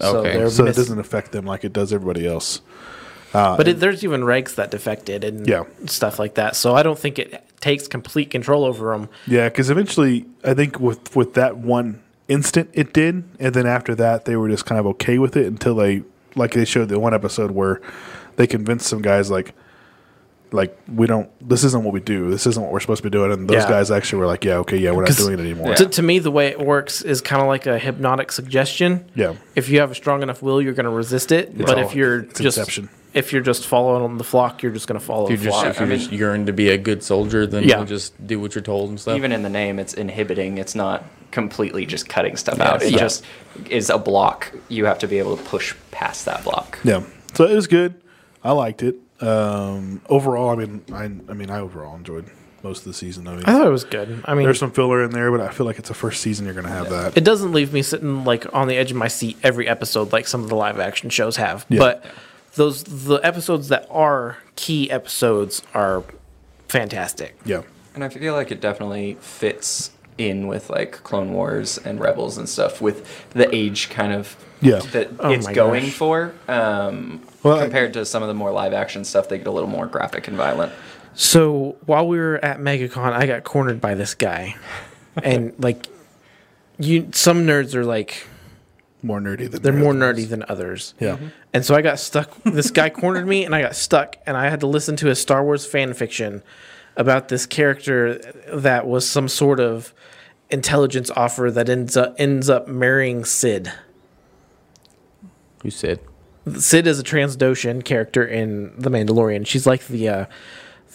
So
Okay.
they're
so
miss-
it doesn't affect them like it does everybody else.
but it, there's even ranks that defected and
Yeah.
stuff like that. So I don't think it takes complete control over them.
Yeah, because eventually, I think with with that one instant, it did, and then after that, they were just kind of okay with it until they, like they showed the one episode where they convinced some guys like, like we don't, this isn't what we do, this isn't what we're supposed to be doing, and those
Yeah.
guys actually were like, yeah, okay, yeah, we're not
'Cause-
doing it anymore.
To, to me, the way it works is kind of like a hypnotic suggestion.
Yeah.
If you have a strong enough will, you're going to resist it. but
all-
if you're
it's
just
inception.
if you're just following on the flock, you're just going to follow
If you
the
just
flock.
if you just yearn to be a good soldier, then
Yeah.
you'll just do what you're told and stuff.
even in the name, it's inhibiting. It's not completely just cutting stuff out. It
Yeah.
just is a block. You have to be able to push past that block.
Yeah, so it was good. I liked it. Um, overall, I mean, I, I mean, I overall enjoyed most of the season. I mean,
I thought it was good. I mean,
there's some filler in there, but I feel like it's the first season you're going to have that.
it doesn't leave me sitting like on the edge of my seat every episode like some of the live action shows have
Yeah.
but those the episodes that are key episodes are fantastic
yeah,
And I feel like it definitely fits in with like Clone Wars and Rebels and stuff with the age kind of
Yeah.
that
Oh
it's
my
going
gosh.
for. Um,
Well, I-
compared to some of the more live action stuff, they get a little more graphic and violent.
so while we were at megacon i got cornered by this guy and like you some nerds are like
more nerdy than
they're
the
more
other ones.
nerdy Mm-hmm. than others
Yeah.
and so i got stuck this guy cornered me and i got stuck and i had to listen to a star wars fan fiction about this character that was some sort of intelligence offer that ends up ends up marrying sid
you said
Sid is a transdoshan character in The Mandalorian. She's like the uh,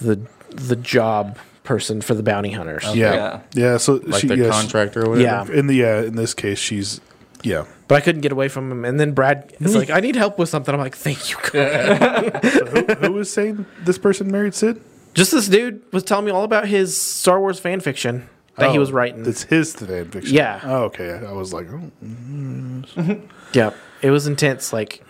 the the job person for the bounty hunters.
Yeah.
Yeah.
yeah, So
like
she,
the
yes.
contractor or whatever.
Yeah.
In the uh, in this case, she's yeah.
But I couldn't get away from him. And then Brad is like, "I need help with something." I'm like, "Thank you." God."
Who was saying this person married Sid?
Just this dude was telling me all about his Star Wars fan fiction that he
Oh,
was writing.
It's his fan fiction.
Yeah.
Oh, okay. I was like, oh,
Yep, it was intense. Like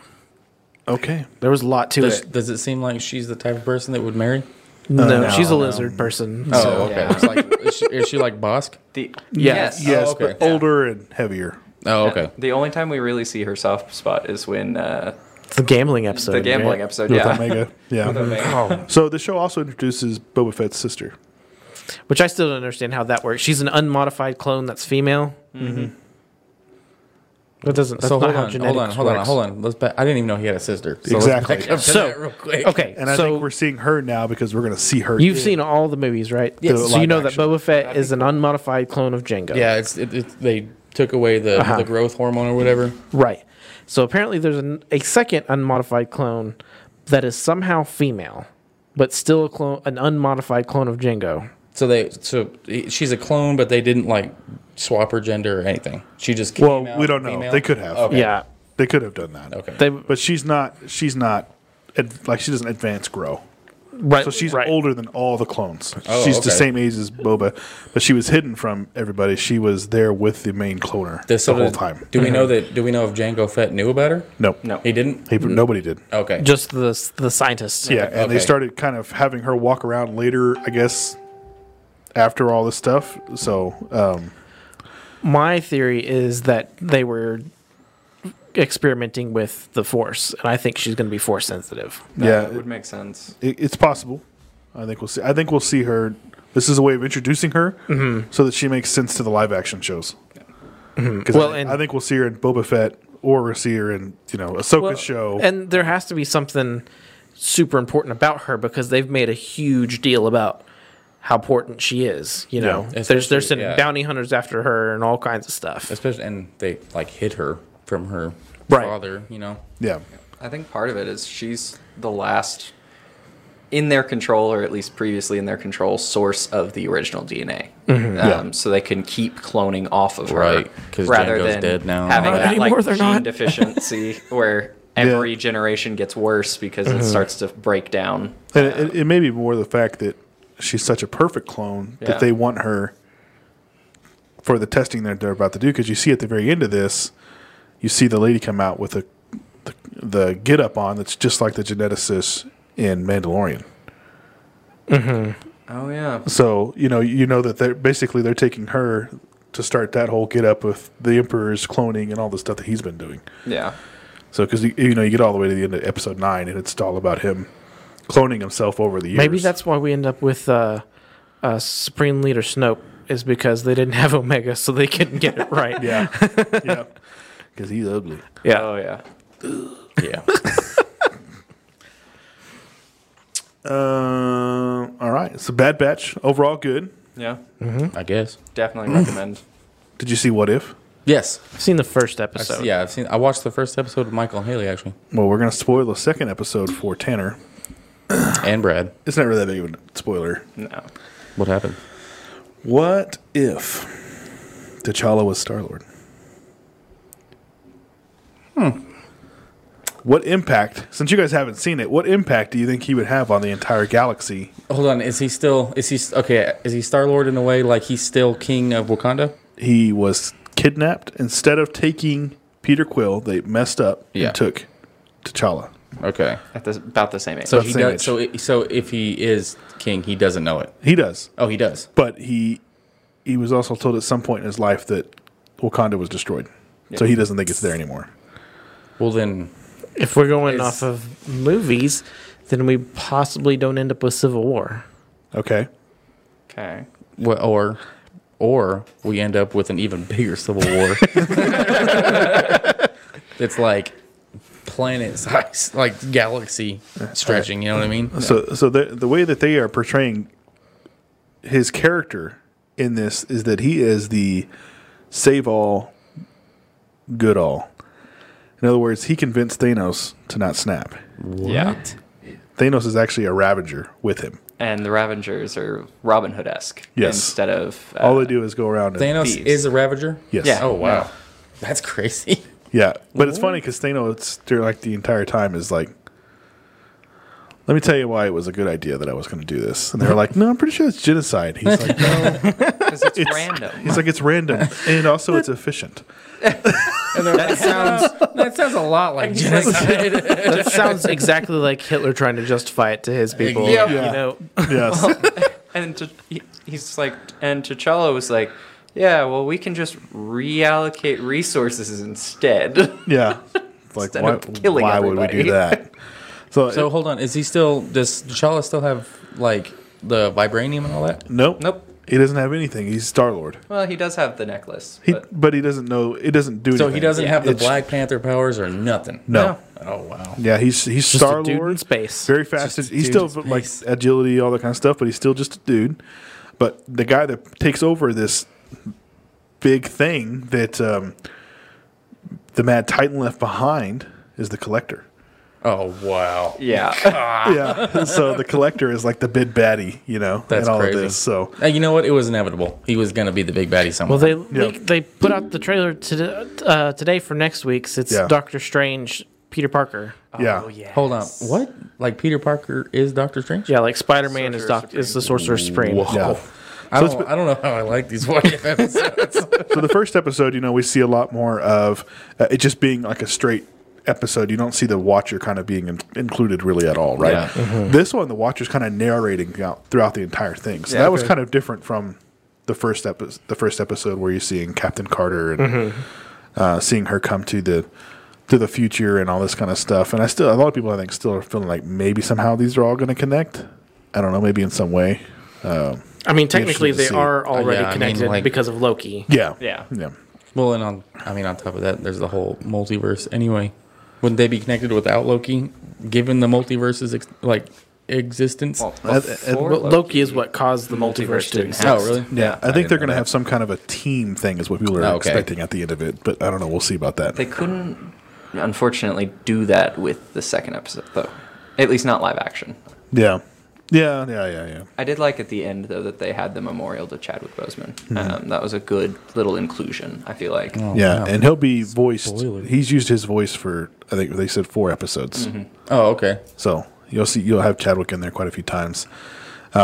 okay.
Oh,
there was a lot to
Does,
it.
does it seem like she's the type of person that would marry?
No,
no,
she's a
no.
lizard person.
Oh,
so-
okay.
Yeah.
It's like, is, she, is she like Bosk?
The
Yes.
yes.
Yes,
okay.
but older and heavier.
(laughs) Oh, okay.
The only time we really see her soft spot is when uh,
It's the gambling episode.
the gambling
right?
episode.
With
Yeah.
(laughs)
Omega.
(laughs)
Yeah.
Oh,
So the show also introduces Boba Fett's sister.
which I still don't understand how that works. She's an unmodified clone that's female. Mm-hmm. That doesn't. That's
so
not
hold
how
on,
genetics
hold on, hold on,
works.
hold on. Let's back. I didn't even know he had a sister. So let's
Exactly.
back up to
So-
that real quick.
Okay,
And I
so
think we're seeing her now because we're going to see her.
you've seen all the movies, right?
Yes.
So you know
Live
that
action.
Boba Fett is an unmodified clone of Jango.
Yeah, it's it, it, they took away the,
Uh-huh.
the growth hormone or whatever.
Right. So apparently, there's an, a second unmodified clone that is somehow female, but still a clone, an unmodified clone of Django.
So they so she's a clone, but they didn't like swap her gender or anything. She just came
Well,
out
we don't know.
female?
They could have.
Okay.
Yeah,
They could have done that.
Okay.
they
But she's not. She's not. ad- Like she doesn't advance grow.
right.
So she's
right.
older than all the clones.
Oh,
she's
okay.
the same age as Boba, but she was hidden from everybody. She was there with the main cloner
This
the whole
sort of-
time.
Do we know that? Do we know if Django Fett knew about her?
No,
No.
He didn't.
He- nobody did.
Okay.
Just the the scientists.
Yeah, and
Mm. Oh, okay.
they started kind of having her walk around later, I guess, after all this stuff. So, um,
My theory is that they were experimenting with the Force, and I think she's going to be Force sensitive.
yeah,
would make sense.
it, it's possible. I think we'll see. I think we'll see her. This is a way of introducing her,
Mm-hmm.
so that she makes sense to the live action shows. 'Cause
Well,
I,
and-
I think we'll see her in Boba Fett, or we'll see her in you know Ahsoka's show.
And there has to be something super important about her because they've made a huge deal about how important she is. You know, there's
especially-
they're sending
yeah.
bounty hunters after her and all kinds of stuff.
Especially, and they like hid her from her
Right.
father. You know.
yeah,
I think part of it is she's the last in their control, or at least previously in their control, source of the original DNA. Um,
Yeah.
So they can keep cloning off of
Right,
her
'cause
rather
Django's
than
dead now.
having
Not
that
anymore,
like
they're
gene
not.
deficiency where every generation gets worse because it starts to break down.
and it, it, it may be more the fact that she's such a perfect clone
Yeah.
that they want her for the testing that they're about to do. Because you see at the very end of this, you see the lady come out with a the, the get up on that's just like the geneticist in Mandalorian.
Oh yeah.
So you know, you know that they're basically they're taking her to start that whole get up with the emperor's cloning and all the stuff that he's been doing.
Yeah.
So because you, you know you get all the way to the end of episode nine and it's all about him cloning himself over the years.
Maybe that's why we end up with uh, uh, Supreme Leader Snoke is because they didn't have Omega, so they couldn't get it right.
(laughs) yeah, yeah, because he's ugly.
Yeah.
Oh yeah.
Yeah.
Um. all right, so Bad Batch overall good.
Yeah. Mm-hmm.
I guess.
Definitely recommend.
Did you see What If?
Yes.
I've seen the first
I've
episode.
se- yeah, I've seen. I watched the first episode of Michael and Haley actually,
Well, we're gonna spoil the second episode for Tanner.
and Brad.
It's not really that big of a spoiler.
No.
What happened?
What if T'Challa was Star Lord? Hmm. What impact, since you guys haven't seen it, what impact do you think he would have on the entire galaxy?
Hold on. Is he still? Is he s- okay? Is he Star Lord in a way like he's still king of Wakanda?
He was kidnapped. Instead of taking Peter Quill, they messed up
Yeah.
and took T'Challa.
Okay.
At this, about the same age.
So
That's
he
the
does.
image.
So i- so if he is king, he doesn't know it.
He does.
Oh, he does.
But he he was also told at some point in his life that Wakanda was destroyed. So he doesn't think it's there anymore.
Well then,
If we're going
Is-
off of movies, then we possibly don't end up with Civil War.
Okay.
okay.
what or or we end up with an even bigger civil war. (laughs) That's like planet size, like galaxy stretching. You know what I mean?
So, so the the way that they are portraying his character in this is that he is the save all, good all. In other words, he convinced Thanos to not snap.
Yeah.
Thanos is actually a Ravager with him.
And the Ravengers are Robin Hood esque.
Yes.
Instead of uh,
All they do is go around. And,
Thanos
Thieves.
is a Ravager.
Yes.
Yeah.
Oh wow, that's crazy.
Yeah, but it's funny because Thanos, through like the entire time, is like, "Let me tell you why it was a good idea that I was going to do this." And they were like, "No, I'm pretty sure it's genocide." He's like, "No."
because it's, random.
He's like, "It's random, and also
(laughs)
it's efficient."
(laughs)
that sounds (laughs) that sounds a lot (laughs) like genocide.
That sounds exactly like Hitler trying to justify it to his people.
Yeah.
You know,
(laughs) Yes.
And t- he, he's just like, and T'Challa was like, yeah, well, we can just reallocate resources instead. (laughs)
Yeah. It's like,
Instead
why,
of killing
why would we
everybody.
do that? So,
so hold on, is he still? Does T'Challa still have like the vibranium and all that?
nope.
nope.
He doesn't have anything. He's Star Lord.
Well, he does have the necklace.
He,
but
but, he doesn't know. It doesn't do
So
anything.
he doesn't have the
It's-
Black Panther powers or nothing.
No.
Oh wow.
Yeah, he's he's
just
Star
a dude in
Lord.
space.
Very fast.
Just a
He's
dude
still
in
but, like
space.
agility, all that kind of stuff, but he's still just a dude. But the guy that takes over this big thing that um, the Mad Titan left behind is the Collector.
Oh wow.
(laughs) Yeah.
Ah.
yeah. (laughs) So the collector is like the big baddie, you know,
That's
in all
crazy.
of this. So
Uh, you know what? It was inevitable. He was going to be the big baddie
Well,
somewhere.
they leak- they put out the trailer to, uh, today for next week's. It's
Yeah.
Doctor Strange, Peter Parker.
yeah,
Oh, yeah.
Hold on. What? Like Peter Parker is Doctor Strange?
Yeah, like Spider Man is doc- is the Sorcerer Supreme.
yeah.
I don't, I don't know how I like these what if
(laughs)
episodes.
So the first episode, you know, we see a lot more of uh, it just being like a straight episode. You don't see the Watcher kind of being in- included really at all, right? Mm-hmm.
Yeah.
This one, the Watcher's kind of narrating throughout, throughout the entire thing. So that was kind of different from the first episode. The first episode where you're seeing Captain Carter and uh, seeing her come to the to the future and all this kind of stuff. And I still a lot of people I think still are feeling like maybe somehow these are all going to connect. I don't know, maybe in some way.
I mean, technically
Interesting
they
to see.
are already
yeah, I mean,
connected
like-
because of Loki.
Yeah.
Yeah.
Yeah.
well, and on, I mean, on top of that, there's the whole multiverse. Anyway, wouldn't they be connected without Loki, given the multiverse's ex- like existence?
Before
Well,
Loki-
Loki is what caused the multiverse to exist.
oh, really?
Yeah, I,
didn't
think they're
know
going to
that.
have some kind of a team thing, is what people are
Okay.
expecting at the end of it. But I don't know. We'll see about that.
They couldn't, unfortunately, do that with the second episode, though. At least not live action.
yeah, yeah, yeah, yeah, yeah.
I did like at the end, though, that they had the memorial to Chadwick Boseman. Um, that was a good little inclusion, I feel like.
yeah, and he'll be voiced.
Spoiler.
He's used his voice for I think they said four episodes.
Oh, okay.
So you'll see you'll have Chadwick in there quite a few times. Um,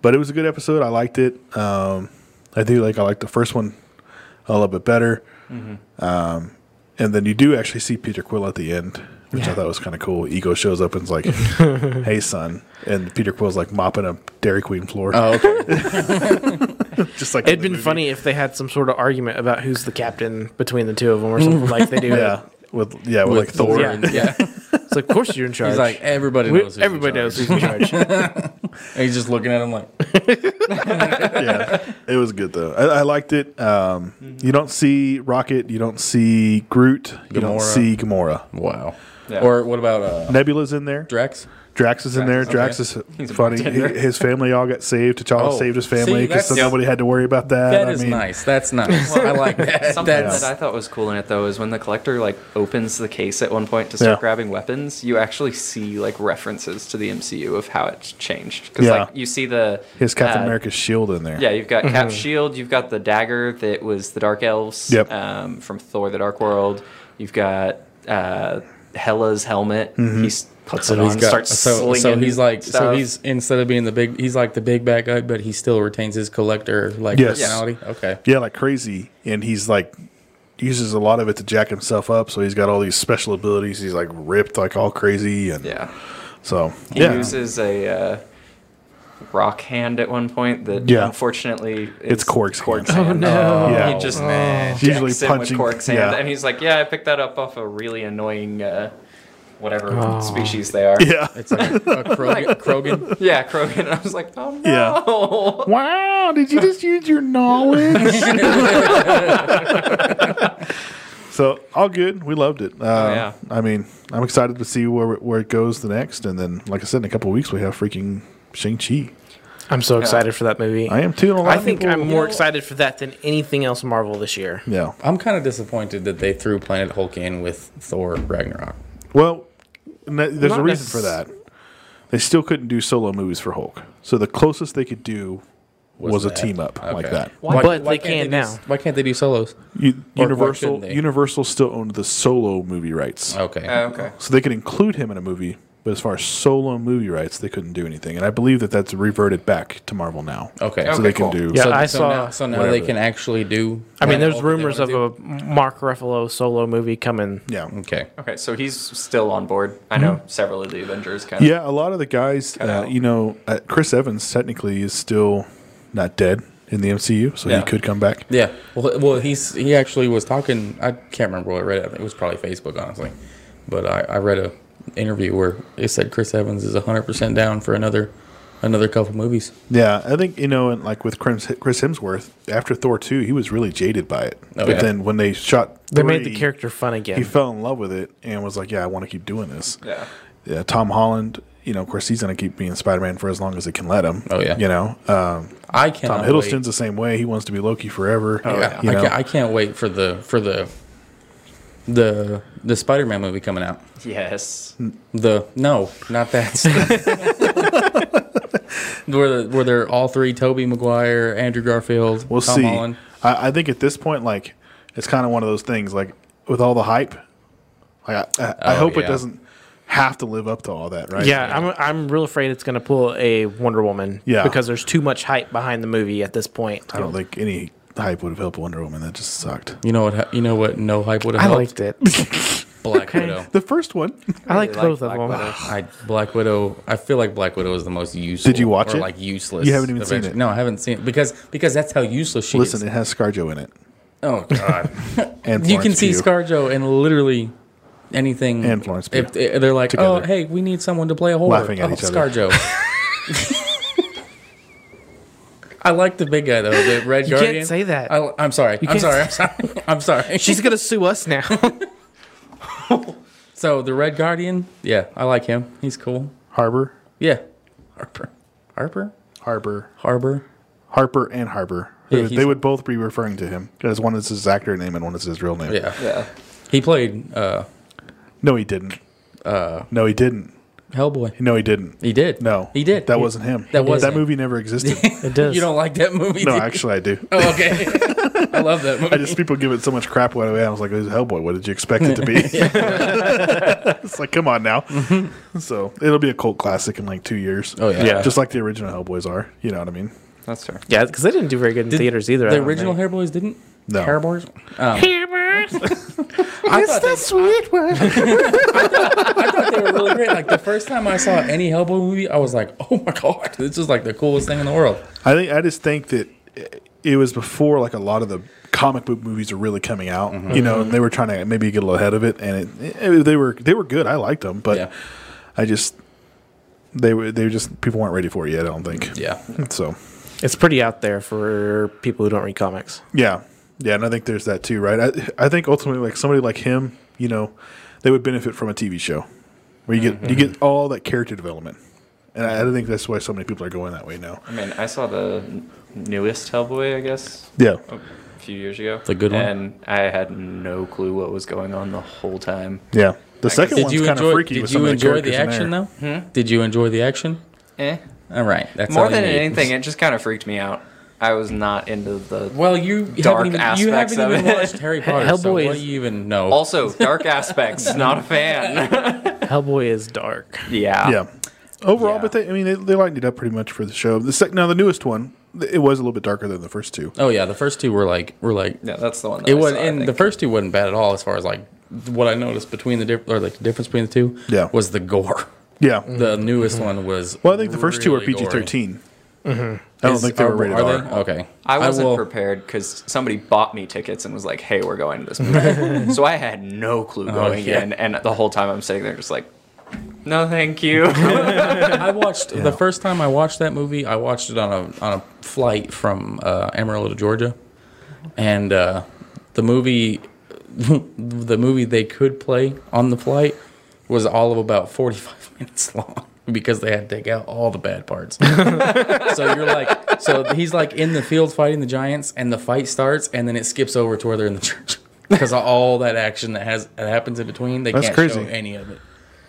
but it was a good episode. I liked it. Um, I do like I like the first one a little bit better. Um, and then you do actually see Peter Quill at the end, which I thought was kind of cool. Ego shows up and's like, "Hey, son," and Peter Quill's like mopping up Dairy Queen floor,
Oh, okay.
(laughs) just like
It'd
in the
been
movie.
funny if they had some sort of argument about who's the captain between the two of them or something like they do.
Yeah, with yeah, with, like Thor.
Yeah.
Yeah.
(laughs)
yeah.
It's like, of course you're in charge.
He's like everybody
We-
knows. who's in
everybody
charge."
knows who's in charge.
And he's just looking at him
(laughs)
like,
yeah, it was good though. I, I liked it. Um, You don't see Rocket, you don't see Groot, you don't
Gamora.
see Gamora.
wow.
Yeah.
Or what about uh,
Nebula's in there.
Drax?
Drax is in there. Drax is
He's a
funny.
bartender.
He- his family all got saved. T'Challa
Oh,
saved his
see,
family because
that's-
nobody had to worry about that.
That
I
is
mean,
nice. That's
(laughs)
nice. I like that.
(laughs) Something
That's
that I thought was cool in it though is when the collector like opens the case at one point to start
Yeah.
grabbing weapons, you actually see like references to the MCU of how it's changed because
Yeah.
like you see the
His Captain
uh,
America's shield in there.
Yeah, you've got Cap's shield, you've got the dagger that was the Dark Elves
Yep.
um, from Thor: The Dark World. You've got uh, Hela's helmet.
Mm-hmm.
He s- puts it
So
on,
he's
and
got-
starts
so,
slinging.
so he's like so
stuff.
he's instead of being the big he's like the big bad guy but he still retains his collector like
Yes.
personality okay
Yeah, like crazy. And he's like uses a lot of it to jack himself up. So he's got all these special abilities. He's like ripped like all crazy. And
yeah.
so
He
yeah,
uses a uh, rock hand at one point that
Yeah.
unfortunately is
It's Korg's
Korg's
hand. Oh,
hand.
Oh, no. Oh.
Yeah.
He just
He's
jacks
usually
him
punching.
with Korg's hand,
yeah.
and he's like, "Yeah, I picked that up off a really annoying uh, whatever
Oh.
species they are."
yeah.
it's like a, (laughs) a Krogan, Krogan.
Yeah, Krogan. (laughs) And I was like, "Oh no!"
Yeah. Wow, did you just use your
(laughs)
knowledge? so all good. We loved
Oh,
it. Uh,
yeah.
I mean, I'm excited to see where where it goes the next, and then, like I said, in a couple of weeks we have freaking Shang Chi.
I'm so excited for that movie.
I am too. and a lot
I
of
think
people-
I'm more excited for that than anything else Marvel this year.
Yeah.
I'm kind of disappointed that they threw Planet Hulk in with Thor Ragnarok
Well, n- there's
Not
a reason for
necess-
that. They still couldn't do solo movies for Hulk, so the closest they could do was, a
that?
team up like
Okay.
that.
But they can
do
now.
s- why can't they do solos
U-
Or why
Universal
couldn't they?
Universal still owned the solo movie rights.
okay
Oh, okay.
So they could include him in a movie, but as far as solo movie rights, they couldn't do anything. And I believe that that's reverted back to Marvel now.
okay
So
so
they
they,
can
cool.
do.
Yeah,
so,
I
so
saw.
now, so now they
whatever.
can actually do
I mean,
Planet
there's
Hulk that they
rumors of
wanna
a Mark Ruffalo solo movie coming.
Yeah.
do? okay
Okay, so he's still on board. I know several of the Avengers kind of.
Mm-hmm. Yeah, a lot of the guys, uh,
out.
you know, uh, Chris Evans technically is still not dead in the MCU, so
Yeah.
he could come back.
Yeah. Well, h- well, he's he actually was talking. I can't remember what I read. I think it was probably Facebook, honestly. But I, I read a interview where it said Chris Evans is 100 percent down for another another couple movies.
Yeah, I think, you know, and like with Chris Chris Hemsworth, after Thor 2, he was really jaded by it.
Oh,
but
yeah.
then when they shot.
They made the
three,
character fun
He
again.
fell in love with it and was like, yeah, I want to keep doing this.
Yeah.
yeah, Tom Holland, you know, of course, he's going to keep being Spider Man for as long as they can let him.
Oh, yeah.
You know, um,
I cannot.
Tom
wait.
Hiddleston's
Oh,
the same way. He wants to be Loki forever.
Yeah.
You
I,
know?
can't, I can't wait for the for the the the Spider Man movie coming out.
Yes.
The no, not
(laughs)
that. where the, where they're all three: Toby Maguire, Andrew Garfield,
We'll
Tom
see.
Holland.
I, I think at this point, like, it's kind of one of those things. Like, with all the hype, like, I, I, I
Oh,
hope it
yeah.
doesn't have to live up to all that, right?
Yeah, I'm I'm real afraid it's going to pull a Wonder Woman.
Yeah.
because there's too much hype behind the movie at this point.
I don't think any hype would have helped Wonder Woman. That just sucked.
You know what? ha- You know what? No hype would have
I liked
helped.
it.
Black Widow.
The first one.
I liked
Really
both
like
of
Black
them.
Widow.
I Black Widow. I feel like Black Widow is the most useful.
Did you watch
or
it?
Like useless.
You haven't even seen
adventure-
it.
No, I haven't seen it because because that's how useless she
Listen,
is.
it has ScarJo in it, (laughs)
Oh God.
and
you can
Florence
see
Pugh.
ScarJo in literally anything.
And Florence Pugh.
If if they're like, oh
Together.
hey, we need someone to play a whore.
Laughing at
oh,
each other. (laughs)
ScarJo. I like the big guy though, the red
You can't
guardian.
say that.
I, I'm sorry. I'm
can't
sorry. I'm sorry. (laughs) I'm
(laughs)
sorry.
She's going to sue us now.
so the red guardian. Yeah, I like him. He's cool.
Harbor,
Yeah, Harper. Harper.
Harbor,
Harbor.
Harper, and Harbor.
Yeah,
they
he's-
would both be referring to him because one is his actor name and one is his real name.
Yeah.
Yeah.
He played uh,
No, he didn't. Uh, no, he didn't.
Hellboy.
No, he didn't.
He did.
No,
He did.
That
He-
wasn't him.
That was
that
him.
movie
(laughs)
never existed.
It does.
You don't like that movie?
no,
do you? (laughs)
actually, I do.
Oh, okay. I love that movie.
I just people give it so much crap away. I was like, "This is Hellboy. What did you expect it to
(laughs)
be?" (laughs) it's like, come on now. so it'll be a cult classic in like two years.
Mm-hmm. Oh, yeah. Yeah.
just like the original Hellboys are. You know what I mean?
That's fair.
yeah, because they didn't do very good in theaters either. I
The
don't
original
think.
Hairboys didn't.
No.
Hairboys. Um,
I it's the sweet one.
I thought they were really great. Like the first time I saw any Hellboy movie, I was like, "Oh my god, this is like the coolest thing in the world."
I think I just think that it was before like a lot of the comic book movies are really coming out.
Mm-hmm.
You know, and they were trying to maybe get a little ahead of it, and it, it- they were they were good. I liked them, but
Yeah.
I just they were they were just people weren't ready for it yet. I don't think.
Yeah.
So
(laughs) It's pretty out there for people who don't read comics.
Yeah, yeah, and I think there's that too, right? I, I think ultimately, like somebody like him, you know, they would benefit from a TV show where you get you
Mm-hmm.
get all that character development, and I, I think that's why so many people are going that way now.
I mean, I saw the n- newest Hellboy, I guess,
Yeah,
Oh.
a few years ago.
The good one?
And I had no clue what was going on the whole time.
yeah. The second
Did
one's
you
kind of
enjoy?
freaky.
Did
with some
you
of the
enjoy the
characters in
action
there.
though? Did you enjoy the action?
Eh.
All right. That's
Hmm? More
all you
than
need.
anything, it just kind of freaked me out. I was not into the.
Well, you
Dark
haven't even, you
aspects
haven't
of
even
it.
watched
(laughs)
Harry Potter. so
Hellboy
what
is-
do you even know?
also, dark
(laughs)
aspects. Not a fan.
Hellboy is dark.
(laughs) yeah.
Yeah. Overall,
Ah. Yeah.
but they, I mean, they, they lightened it up pretty much for the show. The sec- now the newest one, th- it was a little bit darker than the first two.
Oh yeah, the first two were like were like
Yeah, that's the one. That
it
I
was
saw, I
and the
think.
first two wasn't bad at all as far as like what I noticed between the diff- or like the difference between the two
Yeah.
was the gore.
Yeah.
The newest one was
Mm-hmm. well, I think the first two are
really
PG
gory. Mm-hmm.
13 I don't
Is-
think they
are-
were rated
are
R.
they? Okay,
I wasn't
will-
prepared because somebody bought me tickets and was like, "Hey, we're going to this
(laughs)
movie," so I had no clue going
Oh, yeah.
in, and the whole time I'm sitting there just like, "No, thank you." (laughs)
I watched the first time I watched that movie. I watched it on a on a flight from uh, Amarillo to Georgia, and uh, the movie (laughs) the movie they could play on the flight was all of about forty five (laughs) minutes long because they had to take out all the bad parts.
(laughs)
so you're like, so he's like in the field fighting the giants, and the fight starts, and then it skips over to where they're in the church. (laughs) Because of all that action that has that happens in between, they
That's
can't show
crazy.
any of it.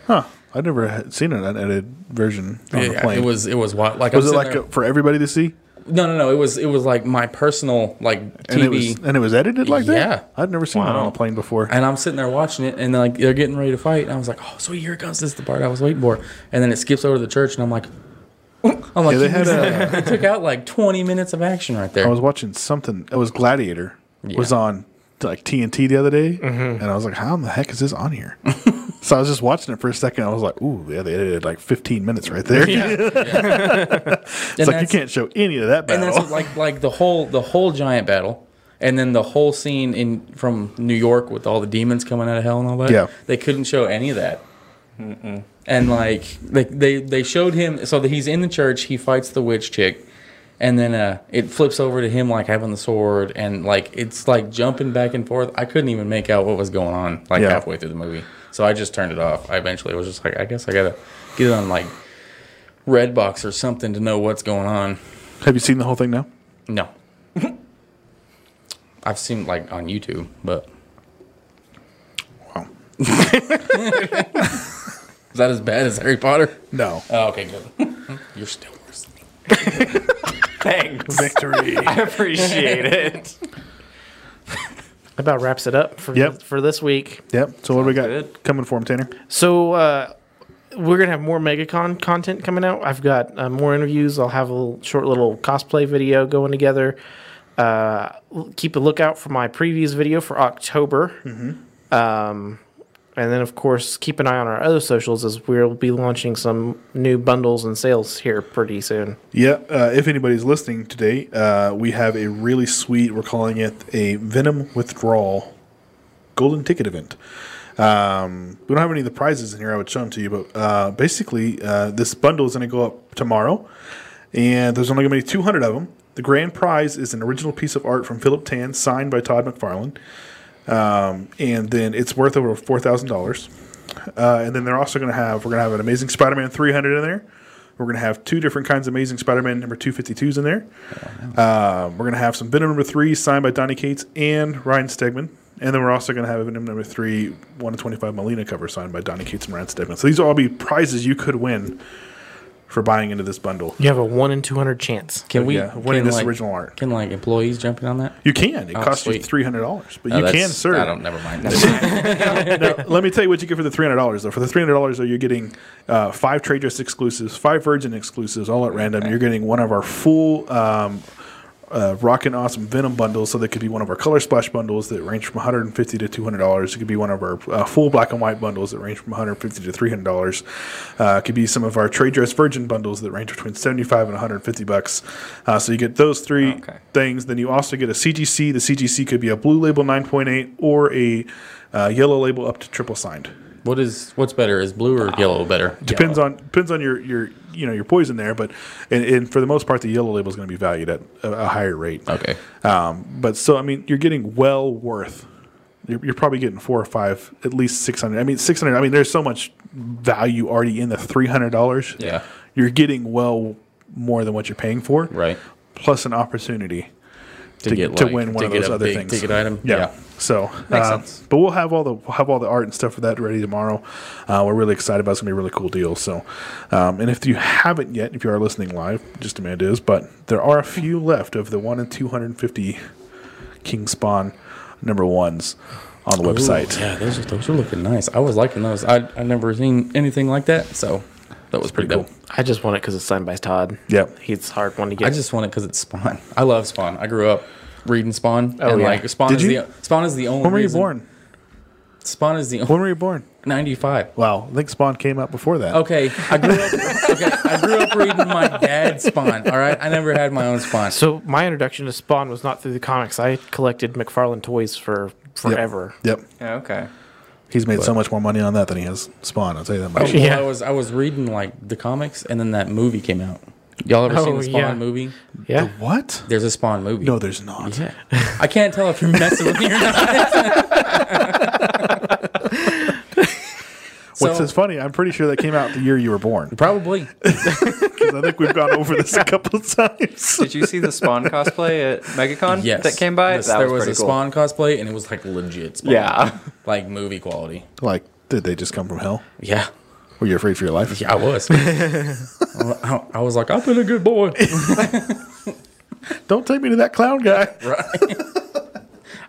Huh. I've never had seen an edited version on the
Yeah,
plane.
it was it was wild. like I'm
was it
sitting
like
there-
a, for everybody to see?
No, no, no. It was it was like my personal like TV,
and
and,
it was and it was edited like
Yeah.
that. I'd never seen that on a plane before.
I'm sitting there watching it, and like they're getting ready to fight, and I was like, oh, so here it comes. This is the part I was waiting for, and then it skips over to the church, and I'm like, (laughs) I'm like,
Yeah,
yeah,
they had a-
it took out like 20 minutes of action right there.
I was watching something. It was Gladiator. Was on like TNT the other day,
Mm-hmm.
and I was like, "How in the heck is this on here?" (laughs) so I was just watching it for a second. I was like, "Ooh, yeah, they edited like 15 minutes
(laughs)
right there." (laughs)
and
it's like you
that's-
can't show any of that
and
battle. (laughs)
that's what, like like the whole the whole giant battle, and then the whole scene in from New York with all the demons coming out of hell and all that.
Yeah.
they couldn't show any of that. And like they, they they showed him so that he's in the church, he fights the witch chick, and then uh it flips over to him like having the sword and like it's like jumping back and forth. I couldn't even make out what was going on like
Yeah.
halfway through the movie, so I just turned it off. I eventually was just like, I guess I gotta get it on like Redbox or something to know what's going on.
Have you seen the whole thing now?
No. (laughs) I've seen like on YouTube, but Is that as bad as Harry Potter?
No. (laughs)
Oh, okay, good. (laughs) You're still worse. than me. (laughs)
Thanks.
Victory.
I appreciate it.
About wraps it up for
Yep.
for this week.
yep. So what do we got
good.
coming for him, Tanner?
So uh, we're gonna have more MegaCon content coming out. I've got uh, more interviews. I'll have a little- short little cosplay video going together. Uh, l- keep a lookout for my previews video for October. Um, and then, of course, keep an eye on our other socials as we'll be launching some new bundles and sales here pretty soon.
Yeah, uh, if anybody's listening today, uh, we have a really sweet, we're calling it a Venom Withdrawal Golden Ticket event. Um, we don't have any of the prizes in here, I would show them to you, but uh, basically, uh, this bundle is going to go up tomorrow, and there's only going to be 200 of them. The grand prize is an original piece of art from Philip Tan, signed by Todd McFarlane, um, and then it's worth over $4,000. Uh, and then they're also going to have we're going to have an amazing Spider-Man 300 in there. We're going to have two different kinds of amazing Spider-Man number 252s in there. Uh, we're going to have some Venom number three signed by Donny Cates and Ryan Stegman. And then we're also going to have a Venom number three, 1 of 25 Molina cover signed by Donny Cates and Ryan Stegman. So these will all be prizes you could win for buying into this bundle.
You have a one in two hundred chance.
Can we
yeah, winning
can,
this
like-
original art.
Can like employees jumping on that?
You can. It
Oh,
costs you
sweet.
three hundred dollars, but
No,
you
that's-
can serve.
I don't. Never
(laughs)
mind.
Now, uh, let me tell you what you get for the three hundred dollars though. For the three hundred dollars though, you're getting uh, five trade dress exclusives, five Virgin exclusives, all at random. You're getting one of our full um, uh, rockin' awesome Venom bundles. So that could be one of our color splash bundles that range from one hundred and fifty to two hundred dollars. It could be one of our uh, full black and white bundles that range from one hundred and fifty to three hundred dollars. Uh, it could be some of our trade dress Virgin bundles that range between seventy five and one hundred and fifty bucks. Uh, so you get those three
Okay.
things. Then you also get a CGC. The CGC could be a blue label 9.8 or a uh, yellow label up to triple signed.
what is what's better? Is blue or yellow better?
Depends on depends on your your you know your poison there, but and, and for the most part, the yellow label is going to be valued at a, a higher rate.
Okay.
Um, but so I mean, you're getting well worth. You're, you're probably getting four or five, at least six hundred. I mean, six hundred. I mean, there's so much value already in the three hundred dollars.
Yeah.
you're getting well more than what you're paying for.
Right.
Plus an opportunity to,
get,
to
like,
win one
to
of
get
those
a
other
big
things.
ticket item?
Yeah.
Yeah.
So,
Makes
uh,
sense.
but we'll have all the we'll have all the art and stuff for that ready tomorrow. Uh, we're really excited about. it. It's gonna be a really cool deal. So, um, and if you haven't yet, if you are listening live, just Amanda is, but there are a few left of the one in two hundred and fifty King Spawn number ones on the website.
Ooh, yeah, those are, those are looking nice. I was liking those. I I never seen anything like that, so that was pretty,
Pretty
cool.
I just want it because it's signed by Todd.
Yep.
he's a hard one to get.
I just want it because it's Spawn. I love Spawn. I grew up reading Spawn.
Oh,
and
yeah.
like Spawn
Did
is
you?
the Spawn is the only.
When were you
reason-
born?
Spawn is the only.
When were you born?
Ninety five.
Wow, I think Spawn came out before that.
Okay, I grew up. okay, I grew up reading my dad's Spawn. All right, I never had my own Spawn.
So my introduction to Spawn was not through the comics. I collected McFarlane toys for forever.
Yep,
Yeah, okay.
he's made so much more money on that than he has Spawn. I'll tell you that much.
Well,
Yeah.
I was I was reading like the comics, and then that movie came out. Y'all ever seen
Oh,
the Spawn
yeah.
movie?
Yeah.
What?
There's a Spawn movie.
No, there's not.
yeah. I can't tell if you're messing with me or not.
What's
So-
so, funny? I'm pretty sure that came out the year you were born.
Probably.
because I think we've gone over this a couple
(laughs)
times.
Did you see the Spawn cosplay at MegaCon
Yes.
that came by?
Yes,
that
there was,
was, pretty
a
cool.
Spawn cosplay, and it was like legit. Spawn.
Yeah.
Like movie quality.
Like, did they just come from hell?
Yeah.
Were you afraid for your life?
Yeah, I was. I I was like, I've been a good boy.
Don't take me to that clown guy.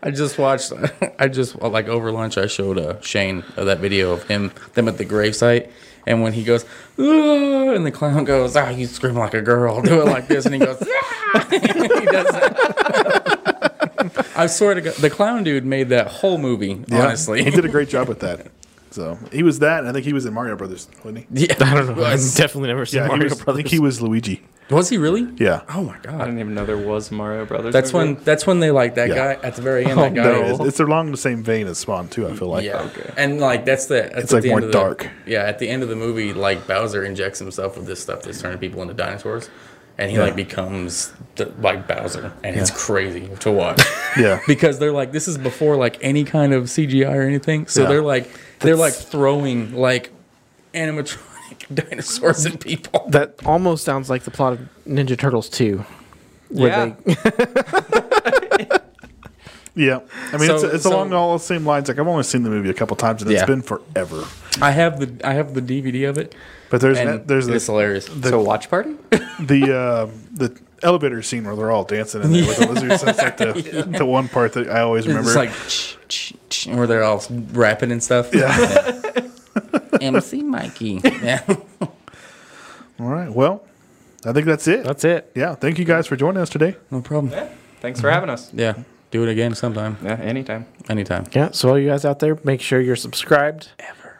I just watched. (laughs) I just like over lunch. I showed uh, Shane uh, that video of him them at the gravesite, and when he goes, "Ah," and the clown goes, "Ah, you scream like a girl. Do it like this," and he goes, (laughs) "Ah." he does that. I swear to God, the clown dude made that whole movie.
(laughs)
Honestly,
he did a great job with that. So he was that, and I think he was in Mario Brothers, wasn't he?
yeah,
I don't know.
(laughs)
I've
Was,
definitely never seen
he
Mario
was, I
Brothers.
think he was Luigi.
was he really?
Yeah.
Oh my
(laughs) I
God.
didn't even know there was a Mario Brothers.
That's
movie.
when. That's when they like that
Yeah.
guy at the very end. that guy.
No, it's, it's along the same vein as Spawn too. I feel like.
Yeah, and like that's the that's
It's,
at
like,
the
more
end of
dark.
The, yeah, at the end of the movie, like Bowser injects himself with this stuff that's turning people into dinosaurs, and he
Yeah.
like becomes the, like Bowser, and it's crazy to watch (laughs)
Yeah.
because they're like this is before like any kind of CGI or anything, so
Yeah.
they're like they're like throwing like animatronic (laughs) dinosaurs at people.
(laughs) that almost sounds like the plot of Ninja Turtles 2.
yeah.
Yeah, I mean, it's,
So-
it's
so-
along all the same lines. Like I've only seen the movie a couple times, and
Yeah.
it's been forever.
I have the I have the DVD of it,
But there's
and
that- there's
it's
the
hilarious.
so
(laughs)
watch party?
the, uh, the elevator scene where they're all dancing in there with the lizards. That's like the,
(laughs)
the one part that I always remember.
It's like ch- ch- ch- where they're all rapping and stuff.
yeah.
(laughs) MC Mikey. Yeah.
all right. Well, I think that's it.
That's it.
yeah. Thank you guys for joining us today.
No problem.
Thanks for having us.
Yeah. Do it again sometime.
Yeah, anytime.
Anytime.
Yeah, so all you guys out there, make sure you're subscribed.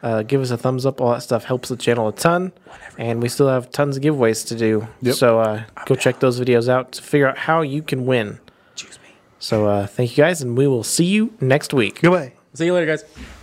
Uh, give us a thumbs up. All that stuff helps the channel a ton. And we still have tons of giveaways to do.
Yep.
So uh, go check those videos out to figure out how you can win.
Choose me.
So uh, thank you guys, and we will see you next week.
Goodbye.
See you later, guys.